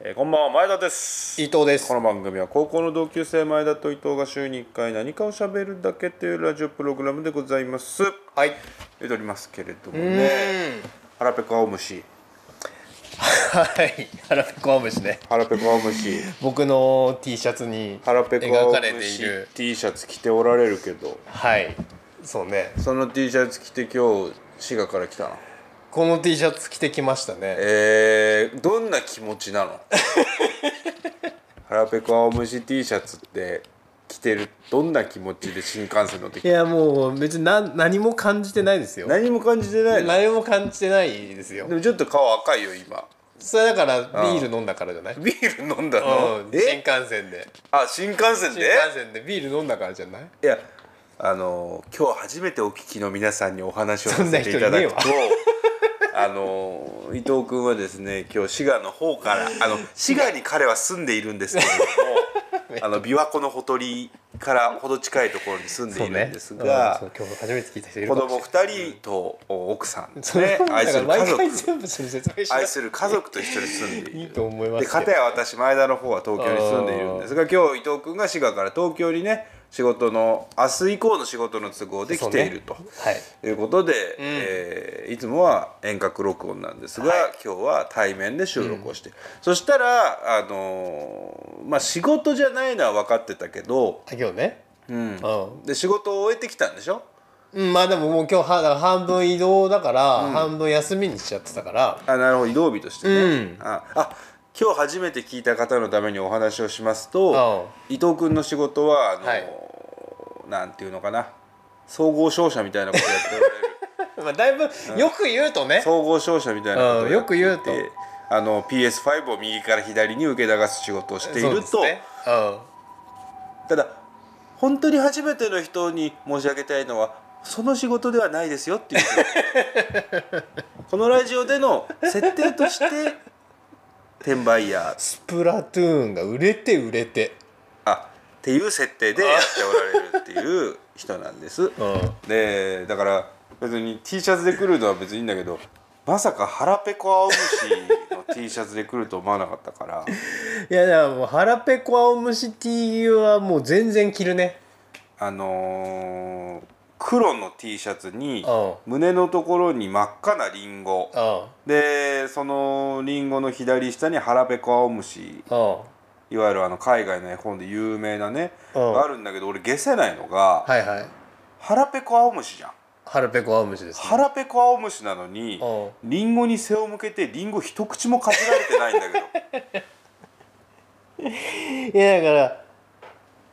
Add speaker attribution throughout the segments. Speaker 1: えーこんばんは前田です
Speaker 2: 伊藤です
Speaker 1: この番組は高校の同級生前田と伊藤が週に1回何かを喋るだけというラジオプログラムでございます
Speaker 2: はい
Speaker 1: えりますけれども
Speaker 2: う
Speaker 1: ね
Speaker 2: ーん
Speaker 1: 腹ペコ青虫
Speaker 2: はい腹ペコアムシね
Speaker 1: 腹ペコ青 虫
Speaker 2: 僕の T シャツに
Speaker 1: 腹ペコ青
Speaker 2: 描かれてい
Speaker 1: 虫
Speaker 2: る
Speaker 1: T シャツ着ておられるけど
Speaker 2: はいそうね
Speaker 1: その T シャツ着て今日滋賀から来たの
Speaker 2: この T シャツ着てきましたね
Speaker 1: えー、どんな気持ちな の腹ペコ青虫 T シャツって着てるどんな気持ちで新幹線乗ってき
Speaker 2: い
Speaker 1: た
Speaker 2: やもう別に何何も感じてないですよ
Speaker 1: 何も感じてないの
Speaker 2: 何も感じてないですよ
Speaker 1: でもちょっと顔赤いよ今
Speaker 2: それだからビール飲んだからじゃないうん
Speaker 1: ビール飲んだの
Speaker 2: 新
Speaker 1: え
Speaker 2: 幹線で
Speaker 1: あ新幹線
Speaker 2: 新
Speaker 1: で
Speaker 2: 幹線でビール飲んだからじゃない
Speaker 1: いやあのー今日初めてお聞きの皆さんにお話をさせていた
Speaker 2: そんな人い
Speaker 1: だ
Speaker 2: ねえ
Speaker 1: く
Speaker 2: わ
Speaker 1: とあのー伊藤君はですね今日滋賀の方からあの滋賀に彼は住んでいるんですけ れどもあの琵琶湖のほとりからほど近いところに住んでいるんですが、
Speaker 2: そう今日初めて聞いた人いる
Speaker 1: 子
Speaker 2: かも
Speaker 1: 供2人と奥さんです
Speaker 2: それ
Speaker 1: ね
Speaker 2: だか
Speaker 1: 愛す
Speaker 2: ら
Speaker 1: る
Speaker 2: 毎
Speaker 1: 家
Speaker 2: 回
Speaker 1: 族
Speaker 2: 全部それ説明しな
Speaker 1: 愛
Speaker 2: い
Speaker 1: する家族と一緒に住んでいる
Speaker 2: いいと思います
Speaker 1: で
Speaker 2: けど
Speaker 1: 片や私前田の方は東京に住んでいるんですが今日伊藤君が滋賀から東京にね仕事の明日以降の仕事の都合で来ていると、
Speaker 2: はい
Speaker 1: いうことで、えーいつもは遠隔録音なんですが、今日は対面で収録をして、そしたらあのーまあ仕事じゃないのは分かってたけど、
Speaker 2: あ今日ね
Speaker 1: うん
Speaker 2: うん
Speaker 1: で仕事を終えてきたんでしょ
Speaker 2: うん、まあでももう今日はだから半分移動だから、半分休みにしちゃってたから
Speaker 1: あなるほど移動日としてね、
Speaker 2: うん
Speaker 1: ああ今日初めて聞いた方のためにお話をしますと伊藤君の仕事はあの、
Speaker 2: はい
Speaker 1: なんていうのかな総合商社みたいなことやってお られる
Speaker 2: まあだいぶよく言うとね、
Speaker 1: 総合商社みたいなことを
Speaker 2: うん
Speaker 1: やっていて
Speaker 2: よく言う
Speaker 1: あの PS5 を右から左に受け流す仕事をしてい
Speaker 2: そう
Speaker 1: る
Speaker 2: です
Speaker 1: と、
Speaker 2: ねうん
Speaker 1: ただ本当に初めての人に申し上げたいのはその仕事ではないですよっていう このラジオでの設定として転売ヤー
Speaker 2: スプラトゥーンが売れて売れて
Speaker 1: あっていう設定でやっておられるっていう人なんです。
Speaker 2: うん
Speaker 1: でだから別に T シャツで来るのは別にいいんだけどまさか腹ペコ青虫の T シャツで来ると思わなかったから
Speaker 2: いやだからもう腹ペコ青虫 T はもう全然着るね
Speaker 1: あのー黒の T シャツに
Speaker 2: うん
Speaker 1: 胸のところに真っ赤なリンゴ
Speaker 2: うん
Speaker 1: でそのリンゴの左下に腹ペコ青虫
Speaker 2: うん
Speaker 1: いわゆるあの海外の絵本で有名なね
Speaker 2: うん
Speaker 1: があるんだけど俺消せないのが
Speaker 2: はいはい
Speaker 1: 腹ペコ青虫じゃん。
Speaker 2: 腹ペコ青虫です、ね、
Speaker 1: 腹ペコ青虫なのに
Speaker 2: う
Speaker 1: リンゴに背を向けてリンゴ一口もかじられてないんだけど
Speaker 2: いやだから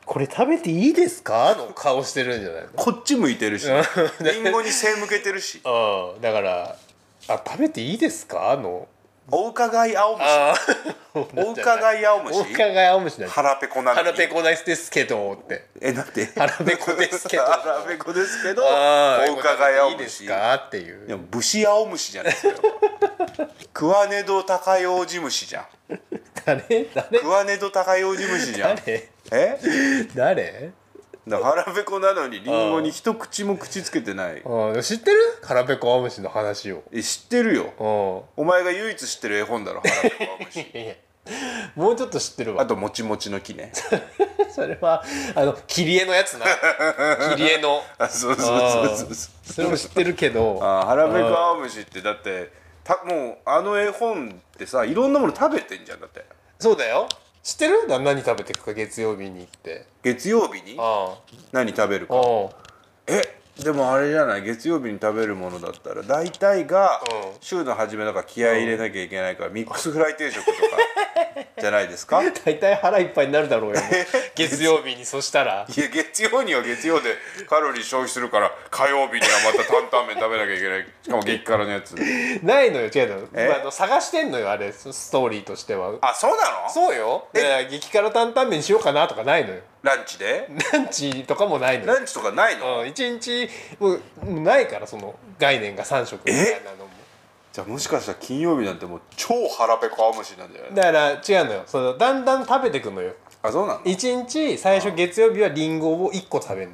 Speaker 2: これ食べていいですかの顔してるんじゃないの
Speaker 1: こっち向いてるしリンゴに背向けてるし
Speaker 2: うんだからあ食べていいですかの
Speaker 1: お伺い青虫
Speaker 2: あ
Speaker 1: お伺い青
Speaker 2: お
Speaker 1: 虫
Speaker 2: 伺い青虫なんです
Speaker 1: 腹ペコなのに
Speaker 2: 腹ペコですけどって
Speaker 1: えだって
Speaker 2: 腹ペコですけど
Speaker 1: 腹ペコですけど
Speaker 2: あー
Speaker 1: お伺い青
Speaker 2: いいです
Speaker 1: 虫
Speaker 2: かっていう
Speaker 1: でも武士青虫じゃないですかクワネド高いオジ虫じゃん
Speaker 2: 誰誰
Speaker 1: クワネド高いオジ虫じゃん
Speaker 2: 誰
Speaker 1: え
Speaker 2: 誰
Speaker 1: だから腹ペコなのにリンゴに一口も口つけてない
Speaker 2: うん知ってる腹ペコ青虫の話を
Speaker 1: え知ってるよ
Speaker 2: う
Speaker 1: お前が唯一知ってる絵本だろ腹ペコ青 虫
Speaker 2: んいやいやもうちょっと知ってる
Speaker 1: あ
Speaker 2: わ
Speaker 1: ともちもちの木 ね
Speaker 2: それはあの切り絵のやつな切り絵の
Speaker 1: あそうそうそうそう
Speaker 2: それも知ってるけど
Speaker 1: あ腹ペコ青虫ってだってたもうあの絵本ってさいろんなもの食べてんじゃんだって
Speaker 2: そうだよ知ってるな何食べてくか月曜日に行って
Speaker 1: 月曜日に
Speaker 2: あ
Speaker 1: 何食べる
Speaker 2: あ
Speaker 1: か
Speaker 2: うん
Speaker 1: えでもあれじゃない月曜日に食べるものだったら大体が
Speaker 2: うん
Speaker 1: 週の初めだから気合い入れなきゃいけないからミックスフライ定食 とかじゃないですかいや
Speaker 2: 大体腹いっぱいになるだ ろうよもう月曜日にそしたら
Speaker 1: 月曜には月曜でカロリー消費するから火曜日にはまた担々麺食べなきゃいけないしかも激辛のやつ
Speaker 2: ないのよ違うの,、
Speaker 1: え
Speaker 2: まあ、あの探してんのよあれスストーリーとしては
Speaker 1: あそうなの
Speaker 2: そうよだから激辛担々麺にしようかなとかないのよ
Speaker 1: ランチで
Speaker 2: ランチとかもないのよ
Speaker 1: ランチとかないの
Speaker 2: うん一日もうもうないからその概念が3食みたいなのも
Speaker 1: じゃあもしかしたら金曜日なんてもう超腹ペコ青虫なんじゃない
Speaker 2: だから違うのよそのだんだん食べてくのよ
Speaker 1: あそうなの
Speaker 2: 一日最初月曜日はリンゴを1個食べるの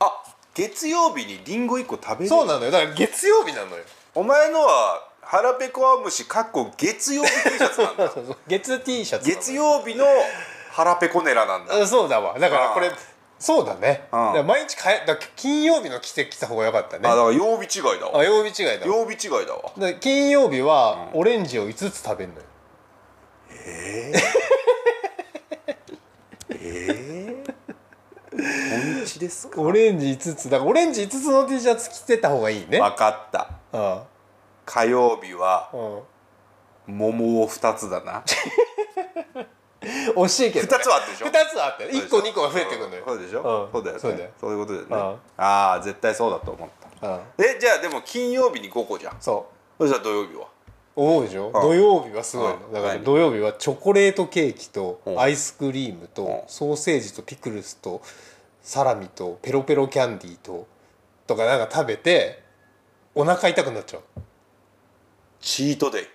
Speaker 1: あ月曜日にリンゴ1個食べる
Speaker 2: そうなのよだから月曜日なのよ
Speaker 1: お前のは腹ペコアムシかっこ月曜日 T シ ャツなんだ
Speaker 2: 月 T シャツなの
Speaker 1: 月曜日の腹ペコネラなんだ
Speaker 2: あそうだわだからこれ
Speaker 1: ああ
Speaker 2: そうだねだ
Speaker 1: ああ
Speaker 2: から毎日変えだから金曜日の着てきた方が良かったね
Speaker 1: あだ
Speaker 2: あ
Speaker 1: から曜日違いだわ
Speaker 2: 曜日違いだわ
Speaker 1: 曜日違いだわ
Speaker 2: だから金曜日はオレンジを5つ食べるのよ
Speaker 1: ええええ本日ですか
Speaker 2: オレンジ5つだからオレンジ5つの T シャツ着てた方がいいねあ
Speaker 1: 分かった
Speaker 2: あ
Speaker 1: 火曜日は
Speaker 2: うん
Speaker 1: 桃を2つだ な
Speaker 2: 惜しいけ
Speaker 1: 2
Speaker 2: ど
Speaker 1: つはあったでしょ
Speaker 2: 2つあって
Speaker 1: そうでしょ
Speaker 2: 1個2個が増えてくるのよ
Speaker 1: そうでしょ、
Speaker 2: うん
Speaker 1: そうだよね
Speaker 2: そうだよ
Speaker 1: そういうことだよね、
Speaker 2: うん
Speaker 1: ああ絶対そうだと思った
Speaker 2: うん
Speaker 1: えじゃあでも金曜日に5個じゃん
Speaker 2: そ
Speaker 1: そ
Speaker 2: う
Speaker 1: したら土曜日は
Speaker 2: 思うでしょ
Speaker 1: ああ
Speaker 2: 土曜日はすごい
Speaker 1: あ
Speaker 2: の
Speaker 1: あ
Speaker 2: だから
Speaker 1: 何
Speaker 2: 土曜日はチョコレートケーキと
Speaker 1: うん
Speaker 2: アイスクリームと
Speaker 1: うん
Speaker 2: ソーセージとピクルスとサラミとペロペロキャンディーととかなんか食べてお腹痛くなっちゃう
Speaker 1: チートデイ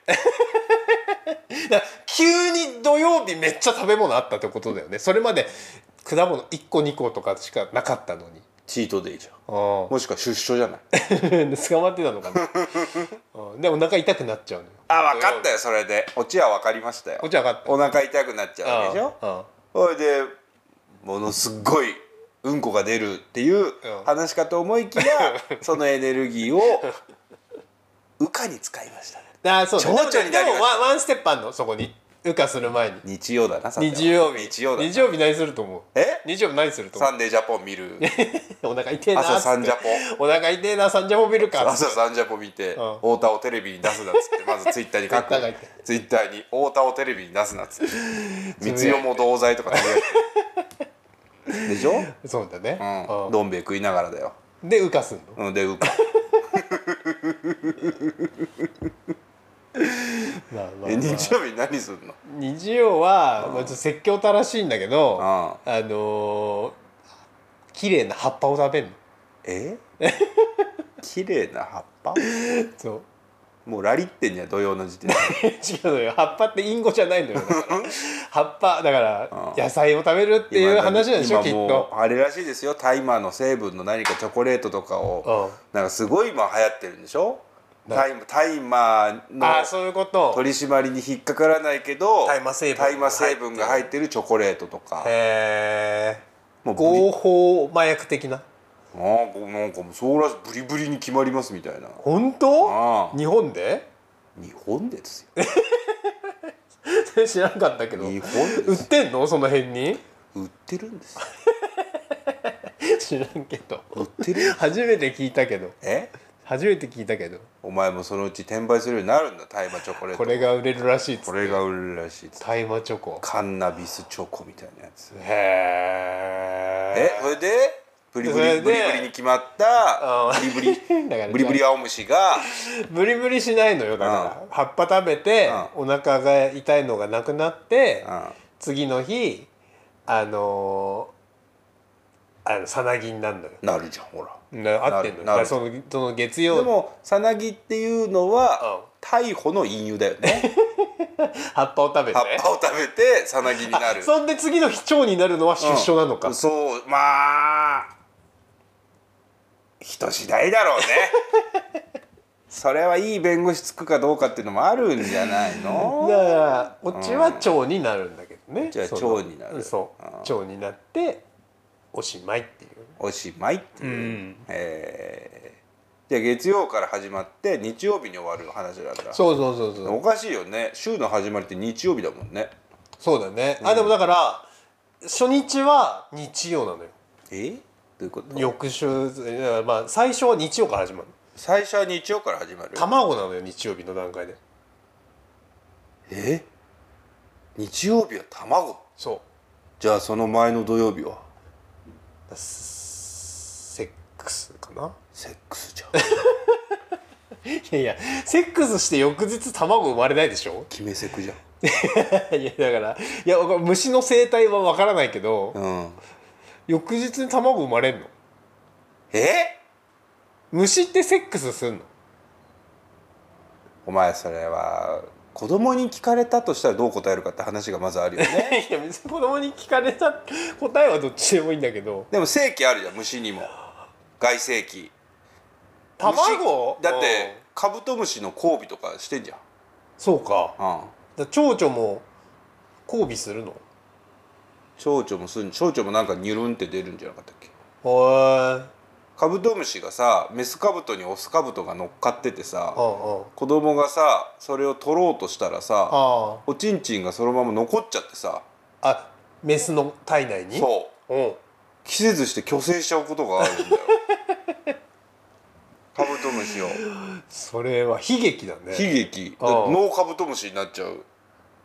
Speaker 2: だから急に土曜日めっちゃ食べ物あったってことだよねそれまで果物1個2個とかしかなかったのに
Speaker 1: チートデイじゃん
Speaker 2: ああ
Speaker 1: もしくは出所じゃない
Speaker 2: 捕まってたのかなうんでお腹痛くなっちゃうのよ
Speaker 1: あ分かったよそれでオチは分かりましたよ
Speaker 2: こっちは分かった
Speaker 1: お腹痛くなっちゃうわけでしょ
Speaker 2: ああ
Speaker 1: それでものすっごいうんこが出るっていう話かと思いき や、そのエネルギーを羽化に使いましたね
Speaker 2: あーそうね
Speaker 1: 蝶々になり
Speaker 2: でもでもワンワンステップあんのそこに羽化する前に
Speaker 1: 日曜だなさては
Speaker 2: 日曜日
Speaker 1: 日曜だな
Speaker 2: 日曜日何すると思う
Speaker 1: え
Speaker 2: 日曜日何すると思
Speaker 1: サンデージャポン見る
Speaker 2: うお腹痛えなーっ
Speaker 1: 朝
Speaker 2: つって
Speaker 1: サンジャポ
Speaker 2: お腹痛えなサンジャポ見るか
Speaker 1: 朝サンジャポ見て
Speaker 2: ん
Speaker 1: 太田をテレビに出すなっつってまずツイッターに書
Speaker 2: ツイッターが言って
Speaker 1: くツイッターに太田をテレビに出すなっつって 三代も同罪とかつぶやいて でしょ、
Speaker 2: そうだね
Speaker 1: うん、
Speaker 2: う
Speaker 1: どん兵衛食いながらだよ
Speaker 2: んで羽化すんの
Speaker 1: うんでうか
Speaker 2: まあまあ
Speaker 1: え日曜日何すんの
Speaker 2: 日曜はまあちょっと説教たらしいんだけど
Speaker 1: うん
Speaker 2: あのー綺麗な葉っぱを食べるの
Speaker 1: え綺麗な葉っぱ
Speaker 2: そう
Speaker 1: もうラリってんじゃん土曜の時点で
Speaker 2: 違うのよ葉っぱってインゴじゃないのよ だから葉っぱだから
Speaker 1: うん
Speaker 2: 野菜を食べるっていう話なんでしょきっ
Speaker 1: 今
Speaker 2: と
Speaker 1: もうあれらしいですよタイマーの成分の何かチョコレートとかを
Speaker 2: う
Speaker 1: なんかすごい今流行ってるんでしょ
Speaker 2: な
Speaker 1: タイタイマーの
Speaker 2: ああそういうこと
Speaker 1: 取り締まりに引っかからないけど
Speaker 2: 大麻成分が
Speaker 1: 大麻成分が入ってるチョコレートとか
Speaker 2: へえ
Speaker 1: もう
Speaker 2: 合法麻薬的な
Speaker 1: あーこうなんかもうそうらしいブリブリに決まりますみたいな
Speaker 2: 本当
Speaker 1: ああ
Speaker 2: 日本で
Speaker 1: 日本でですよ
Speaker 2: 知らなかったけど
Speaker 1: 日本で
Speaker 2: 売
Speaker 1: で
Speaker 2: っ
Speaker 1: す
Speaker 2: てんのその辺に
Speaker 1: 売ってるんですよ
Speaker 2: 知らんけど
Speaker 1: 売ってる
Speaker 2: 初めて聞いたけど
Speaker 1: え
Speaker 2: 初めて聞いたけど
Speaker 1: お前もそのうち転売するようになるんだ大麻チョコレート
Speaker 2: これが売れるらしいっつ
Speaker 1: こ
Speaker 2: って
Speaker 1: れが売れるらしいっつって
Speaker 2: 大麻チョコ
Speaker 1: カンナビスチョコみたいなやつ
Speaker 2: へ
Speaker 1: え
Speaker 2: え
Speaker 1: それでブリブ
Speaker 2: それ
Speaker 1: リ
Speaker 2: で
Speaker 1: ブリブリに決まった
Speaker 2: うん
Speaker 1: ブリブリ
Speaker 2: だから
Speaker 1: ブリブリアオムシが
Speaker 2: ブリブリしないのよだから葉っぱ食べてお腹が痛いのがなくなって
Speaker 1: うん
Speaker 2: 次の日あのーあのさなぎになるのよ
Speaker 1: なるじゃんほら
Speaker 2: な合ってんの
Speaker 1: なる
Speaker 2: よ
Speaker 1: なる
Speaker 2: そのその月
Speaker 1: で
Speaker 2: 曜
Speaker 1: もさなぎっていうのは逮捕の隠喩だよ ね
Speaker 2: 葉っぱを食べて
Speaker 1: 葉っぱを食べてさなぎになる
Speaker 2: そんで次の日腸になるのは出所なのか、
Speaker 1: うんそうまあ人次第だろうね それはいい弁護士つくかどうかっていうのもあるんじゃないの
Speaker 2: だからオチは腸になるんだけどね、
Speaker 1: じゃあ
Speaker 2: その
Speaker 1: 腸になる
Speaker 2: そう、
Speaker 1: うん
Speaker 2: 腸になっておしまいっていう
Speaker 1: おしまいっていう、
Speaker 2: うん
Speaker 1: えーじゃあ月曜から始まって日曜日に終わる話なんだ
Speaker 2: そうそうそうそう
Speaker 1: おかしいよね週の始まりって日曜日だもんね
Speaker 2: そうだね、あでもだから初日は日曜なのよ
Speaker 1: えどういうこと
Speaker 2: 翌週いやまあ最初は日曜から始まる
Speaker 1: 最初は日曜から始まる
Speaker 2: 卵なのよ日曜日の段階で
Speaker 1: え日曜日は卵
Speaker 2: そう
Speaker 1: じゃあその前の土曜日は
Speaker 2: だセックスかな
Speaker 1: セック スじゃん
Speaker 2: いやいやセックスして翌日卵生まれないでしょ
Speaker 1: 決めセクじゃん
Speaker 2: いやだからいやわか虫の生態は分からないけど、
Speaker 1: うん
Speaker 2: 翌日に卵生まれんの
Speaker 1: え
Speaker 2: 虫ってセックスすんの
Speaker 1: お前それは子供に聞かれたとしたらどう答えるかって話がまずあ るよね
Speaker 2: いや別に子供に聞かれた答えはどっちでもいいんだけど
Speaker 1: でも性器あるじゃん虫にも外性器
Speaker 2: 卵
Speaker 1: 虫だってカブトムシの交尾とかしてんじゃん
Speaker 2: そうか
Speaker 1: ああ
Speaker 2: だ蝶々も交尾するの
Speaker 1: 蝶々もすん蝶々もなんかニュルンって出るんじゃなかったっけ
Speaker 2: へえ
Speaker 1: カブトムシがさメスカブトにオスカブトが乗っかっててさ
Speaker 2: うんうん
Speaker 1: 子供がさそれを取ろうとしたらさ
Speaker 2: あ
Speaker 1: おちんちんがそのまま残っちゃってさ
Speaker 2: ああメスの体内に
Speaker 1: そう
Speaker 2: う、うん、
Speaker 1: 着せずして虚勢しちゃうことがあるんだよ カブトムシを
Speaker 2: それは悲劇だね
Speaker 1: 悲劇
Speaker 2: ああ
Speaker 1: ノーカブトムシになっちゃう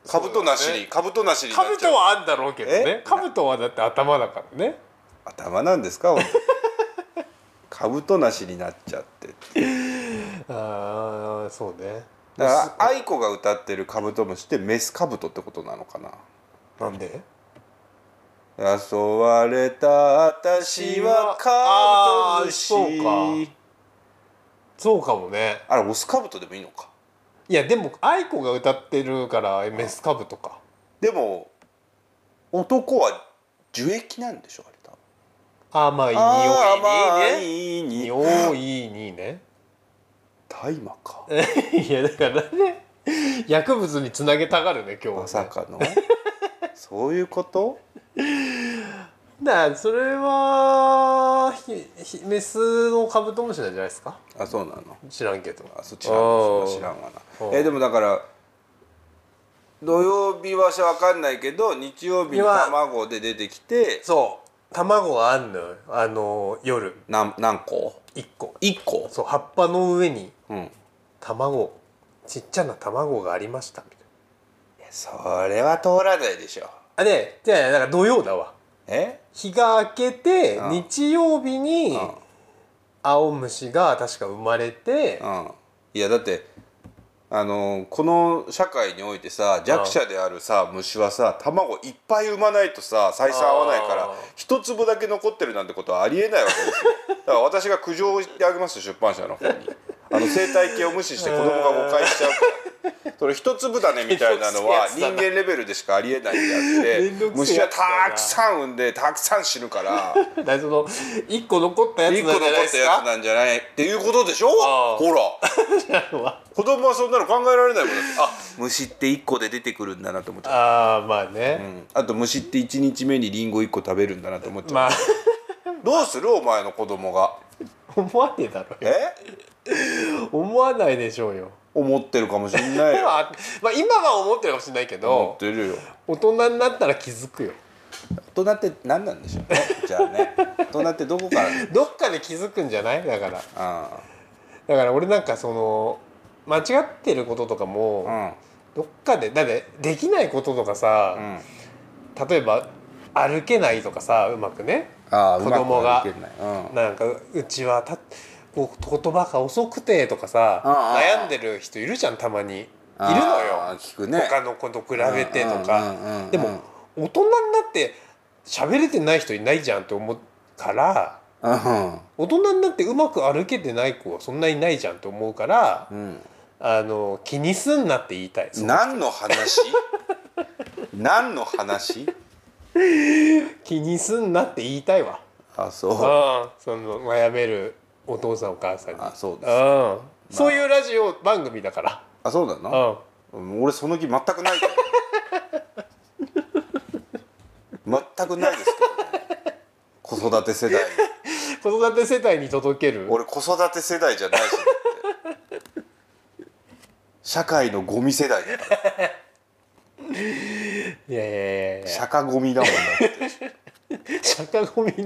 Speaker 1: カブトなし
Speaker 2: そうだ
Speaker 1: にカブトなしになっ
Speaker 2: カブ
Speaker 1: ち
Speaker 2: ト
Speaker 1: ゃう
Speaker 2: はあんだろうけどね
Speaker 1: え
Speaker 2: カブトはだって頭だからね
Speaker 1: 頭なんですか本 当にカブトなしになっちゃって
Speaker 2: ああそうね
Speaker 1: だから愛子が歌ってるカブトムシってメスカブトってことなのかな
Speaker 2: なんで
Speaker 1: 誘われた私はカブトムシ
Speaker 2: あーそうかそうかもね
Speaker 1: あれオスカブトでもいいのか
Speaker 2: いやでも愛子が歌ってるからメスカブトか
Speaker 1: でも男は樹液なんでしょあれ多分
Speaker 2: 甘い
Speaker 1: あー
Speaker 2: 匂いにね
Speaker 1: いい匂い
Speaker 2: 匂いにね
Speaker 1: 大麻か
Speaker 2: いやだからね薬物につなげたがるね今日はね、
Speaker 1: まさか のそういうこと
Speaker 2: だからそれはひひメスのカブトムシなんじゃないですか
Speaker 1: あそうなの
Speaker 2: 知らんけど
Speaker 1: あそっちらんそ
Speaker 2: あー
Speaker 1: う知らんわな
Speaker 2: うん
Speaker 1: えでもだから土曜日はわかんないけど日曜日に
Speaker 2: 今
Speaker 1: 卵で出てきて
Speaker 2: そう卵があんのよあの夜
Speaker 1: なん何個
Speaker 2: 1個
Speaker 1: ?1 個
Speaker 2: そう葉っぱの上に
Speaker 1: うんい
Speaker 2: 卵ちっちゃな卵がありましたみたいな
Speaker 1: やそれは通らないでしょ
Speaker 2: あでじゃあだから土曜だわ
Speaker 1: え
Speaker 2: 日が明けて
Speaker 1: うん
Speaker 2: 日曜日に
Speaker 1: うん
Speaker 2: 青虫が確か生まれて
Speaker 1: うんいやだってあのこの社会においてさ弱者であるさ虫はさ卵いっぱい産まないとさ採算合わないか
Speaker 2: あ
Speaker 1: ら
Speaker 2: ー
Speaker 1: 一粒だけ残ってるなんてことはありえないわけですよだから私が苦情を言ってあげますよ出版社の方にあの生態系を無視して子供が誤解しちゃうからそれ一粒だねみたいなのは人間レベルでしかありえないんであっ
Speaker 2: めんど
Speaker 1: て
Speaker 2: くせ
Speaker 1: 虫
Speaker 2: え
Speaker 1: は
Speaker 2: やつだな
Speaker 1: たくさん産んでたくさん死ぬから。
Speaker 2: だからその1個残ったやつ
Speaker 1: 一個
Speaker 2: な
Speaker 1: 残
Speaker 2: んじゃないで
Speaker 1: っ
Speaker 2: す
Speaker 1: たやつ
Speaker 2: か
Speaker 1: なんじゃないっていうことでしょ
Speaker 2: ああ
Speaker 1: ほら
Speaker 2: わ
Speaker 1: 子供はそんなの考えられないもんだってあ虫って一個で出てくるんだなと思っちゃ
Speaker 2: ああまあ
Speaker 1: う、う
Speaker 2: ね
Speaker 1: ん、あと虫って一日目にリンゴ一個食べるんだなと思っちゃう、
Speaker 2: まあ
Speaker 1: どうするお前の子供が
Speaker 2: 思わねえだろ
Speaker 1: え
Speaker 2: よ思わないでしょうよ
Speaker 1: 思ってるかもしんない よ
Speaker 2: まあまあ今は思ってるかもしれないけ
Speaker 1: 思っ
Speaker 2: ど
Speaker 1: てるよ
Speaker 2: 大人になったら気づくよ
Speaker 1: 大人って何なんでしょうね じゃあね大人ってどこからね
Speaker 2: どっかで気づくんじゃないだから
Speaker 1: あ
Speaker 2: だから俺なんかその間違ってることとかも、
Speaker 1: あ
Speaker 2: どっかでだってできないこととかさ
Speaker 1: う、んうん
Speaker 2: 例えば歩けないとかさうまくね
Speaker 1: ああ
Speaker 2: 子供
Speaker 1: うま
Speaker 2: が
Speaker 1: く歩けないうん
Speaker 2: なんかうちはたこう言葉が遅くてとかさ
Speaker 1: うんうんうん
Speaker 2: 悩んでる人いるじゃんたまにいるの
Speaker 1: ああ
Speaker 2: よ
Speaker 1: 聞くね
Speaker 2: 他の子と比べてとか、
Speaker 1: うんうんうんうん
Speaker 2: でも大人になって喋れてない人いないじゃんって思うから
Speaker 1: うん
Speaker 2: 大人になってうまく歩けてない子はそんなにないじゃんって思うから、
Speaker 1: うん
Speaker 2: あの気にすんなって言いたいそう
Speaker 1: 何の 話何の話
Speaker 2: 気にすんなって言いたいわ
Speaker 1: あそう
Speaker 2: うんその悩めるお父さんお母さんに
Speaker 1: あそうです
Speaker 2: うんそういうラジオ番組だから
Speaker 1: あそうな
Speaker 2: う
Speaker 1: の
Speaker 2: ん
Speaker 1: うん俺その気全くないけど 全くないですけどね子育て世代に
Speaker 2: 子育て世帯に届ける
Speaker 1: 俺子育て世代じゃないしだって社会のゴミ世代だから
Speaker 2: いやいやいやいや
Speaker 1: 釈迦ゴミだもんだって
Speaker 2: 釈迦ゴミって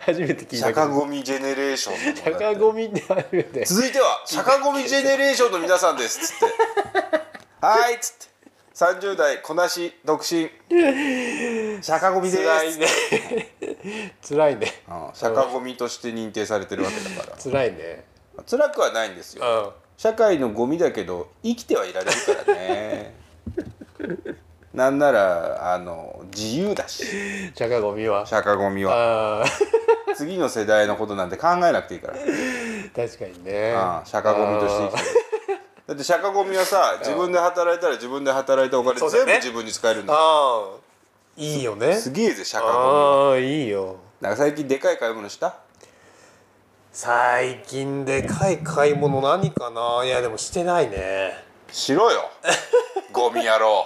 Speaker 2: 初めて聞いた
Speaker 1: 釈
Speaker 2: け
Speaker 1: 迦
Speaker 2: ど
Speaker 1: ゴミジェネレーションだもんだって
Speaker 2: 釈迦ゴミって初めて
Speaker 1: 続いては釈迦ゴミジェネレーションの皆さんですつってはーいっつって30代こなし独 身釈迦ゴミで
Speaker 2: 辛
Speaker 1: す
Speaker 2: いね辛いね
Speaker 1: うん釈迦ゴミとして認定されてるわけだから
Speaker 2: 辛いね
Speaker 1: 辛くはないんです
Speaker 2: う
Speaker 1: よ
Speaker 2: ん
Speaker 1: 社会のゴミだけど生きてはいられるから ねなんならあの自由だし
Speaker 2: 釈迦ゴミは
Speaker 1: 釈迦ゴミは
Speaker 2: あ
Speaker 1: 次の世代のことなんて考えなくていいから
Speaker 2: ー確かにね
Speaker 1: ああ釈迦ゴミとして生きてるだって釈迦ゴミはさ自分で働いたら自分で働いたお金
Speaker 2: そうだよ
Speaker 1: 全部
Speaker 2: ね
Speaker 1: 自分に使えるんだから
Speaker 2: あーいいよね
Speaker 1: すげえぜ釈迦ゴ
Speaker 2: ああいいよ
Speaker 1: ミなんか最近でかい買い物した
Speaker 2: 最近でかい買い物何かないやでもしてないね
Speaker 1: しろ よゴミ野郎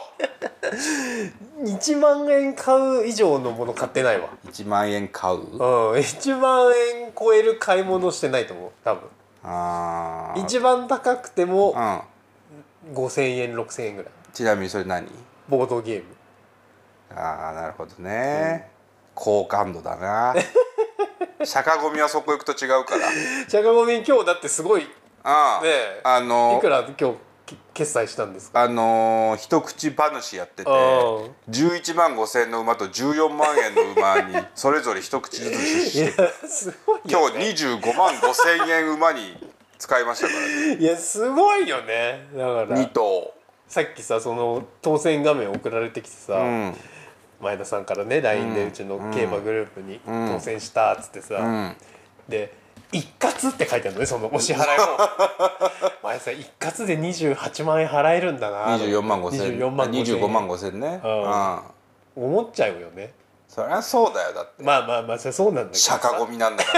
Speaker 2: 1万円買う以上のもの買ってないわ
Speaker 1: 1万円買う
Speaker 2: うん1万円超える買い物してないと思う多分
Speaker 1: あー
Speaker 2: 一番高くても
Speaker 1: うん
Speaker 2: 5000円6000円ぐらい
Speaker 1: ちなみにそれ何
Speaker 2: ボードゲーム
Speaker 1: ああなるほどね、好感度だ な釈迦ゴミはそこ行くと違うから
Speaker 2: 釈迦ゴミ今日だってすごいね
Speaker 1: ああ、
Speaker 2: え
Speaker 1: あ
Speaker 2: い
Speaker 1: の
Speaker 2: くら今日き決済したんですか
Speaker 1: あのー一口話やってて
Speaker 2: うん
Speaker 1: 11万5千の馬と14万円の馬にそれぞれ一口ずつ出資
Speaker 2: い
Speaker 1: し
Speaker 2: や
Speaker 1: て
Speaker 2: すごい
Speaker 1: 今日25万5千円馬に使いましたからね
Speaker 2: いやすごいよねだから
Speaker 1: 2頭
Speaker 2: さっきさその当選画面送られてきてさ、
Speaker 1: うん
Speaker 2: 前田さんからね LINE でうちの競馬グループに当選したっつってさ、
Speaker 1: うん
Speaker 2: で一括って書いてあるのねそのお支払いも 前田さん一括で28万円払えるんだな
Speaker 1: 24万5千
Speaker 2: 24万5000
Speaker 1: 25万5千ね
Speaker 2: うん
Speaker 1: うん
Speaker 2: 思っちゃうよね
Speaker 1: そりゃそうだよだって
Speaker 2: まあまあまあそりゃそうなんだけど
Speaker 1: 釈迦ゴミなんだ か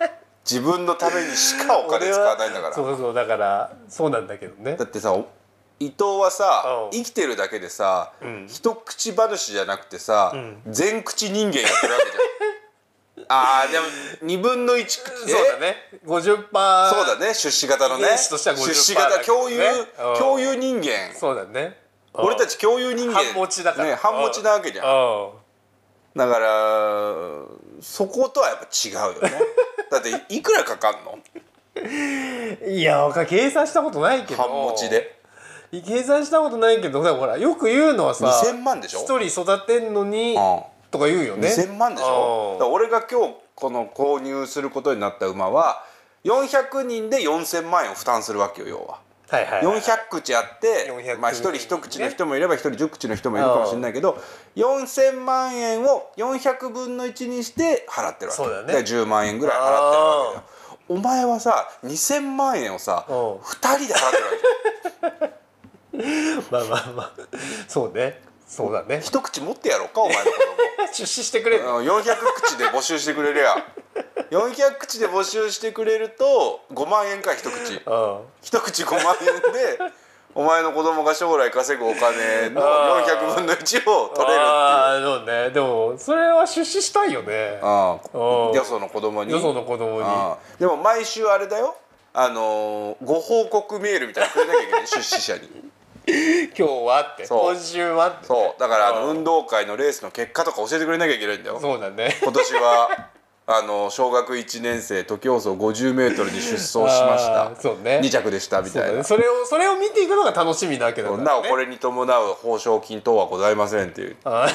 Speaker 1: ら自分のためにしかお金使わないんだから
Speaker 2: そうそうだからそうなんだけどね
Speaker 1: だってさお伊藤はさ
Speaker 2: うん
Speaker 1: 生きてるだけでさ、
Speaker 2: ん
Speaker 1: 一口話じゃなくてさ、
Speaker 2: ん
Speaker 1: 全口人間やってるわけじ ゃんあーでも2分の1口
Speaker 2: そうだね50%パー
Speaker 1: そうだね出資型のね
Speaker 2: イメージとしては50%
Speaker 1: 出資型共有、
Speaker 2: だけどねうん
Speaker 1: 共有人間
Speaker 2: そうだね
Speaker 1: 俺たち共有人間
Speaker 2: 半持ちだから
Speaker 1: ね、半持ちなわけじゃん
Speaker 2: うん
Speaker 1: だからそことはやっぱ違うよ ねだっていくらかかんの
Speaker 2: いやわか計算したことないけど
Speaker 1: 半持ちで
Speaker 2: 計算したことないけどでもほらよく言うのはさ
Speaker 1: 2000万でしょ
Speaker 2: 1人育てんの
Speaker 1: う
Speaker 2: に
Speaker 1: ん
Speaker 2: とか言うよね
Speaker 1: 2000万でしょだから俺が今日この購入することになった馬は400人で4000万円を負担するわけよ要は。
Speaker 2: うんはいはいはい
Speaker 1: 400口あって、
Speaker 2: 400
Speaker 1: まあ、1人1口の人もいれば1人10口の人もいるかもしれないけど4000万円を400分の1にして払ってるわけ
Speaker 2: そうだね
Speaker 1: から10万円ぐらい払ってるわけだよお前はさ2000万円をさ
Speaker 2: うん
Speaker 1: 2人で払ってるわけじ
Speaker 2: まあまあまあそうねそうだね
Speaker 1: ゃん一口持ってやろうかお前の子供
Speaker 2: 出資してくれる
Speaker 1: うん400口で募集してくれりゃ400口で募集してくれると5万円か一口
Speaker 2: うん
Speaker 1: 一口5万円でお前の子供が将来稼ぐお金の400分の1を取れるっていう
Speaker 2: ああそうねでもそれは出資したいよね
Speaker 1: ああ
Speaker 2: うん
Speaker 1: よその子供に
Speaker 2: よその子供に
Speaker 1: ああでも毎週あれだよあのーご報告メールみたいなのくれなきゃいけない出資者に
Speaker 2: 今日はって
Speaker 1: そう
Speaker 2: 今週はって
Speaker 1: そうだからあの
Speaker 2: うん
Speaker 1: 運動会のレースの結果とか教えてくれなきゃいけないんだよ
Speaker 2: そうだね
Speaker 1: 今年はあの小学1年生徒競走 50m に出走しました
Speaker 2: あーそうね
Speaker 1: 2着でしたみ
Speaker 2: そう
Speaker 1: た
Speaker 2: だ
Speaker 1: いな
Speaker 2: ねそれをそれを見ていくのが楽しみなわけだから、ね、
Speaker 1: なおこれに伴う報奨金等はございませんっていう
Speaker 2: あ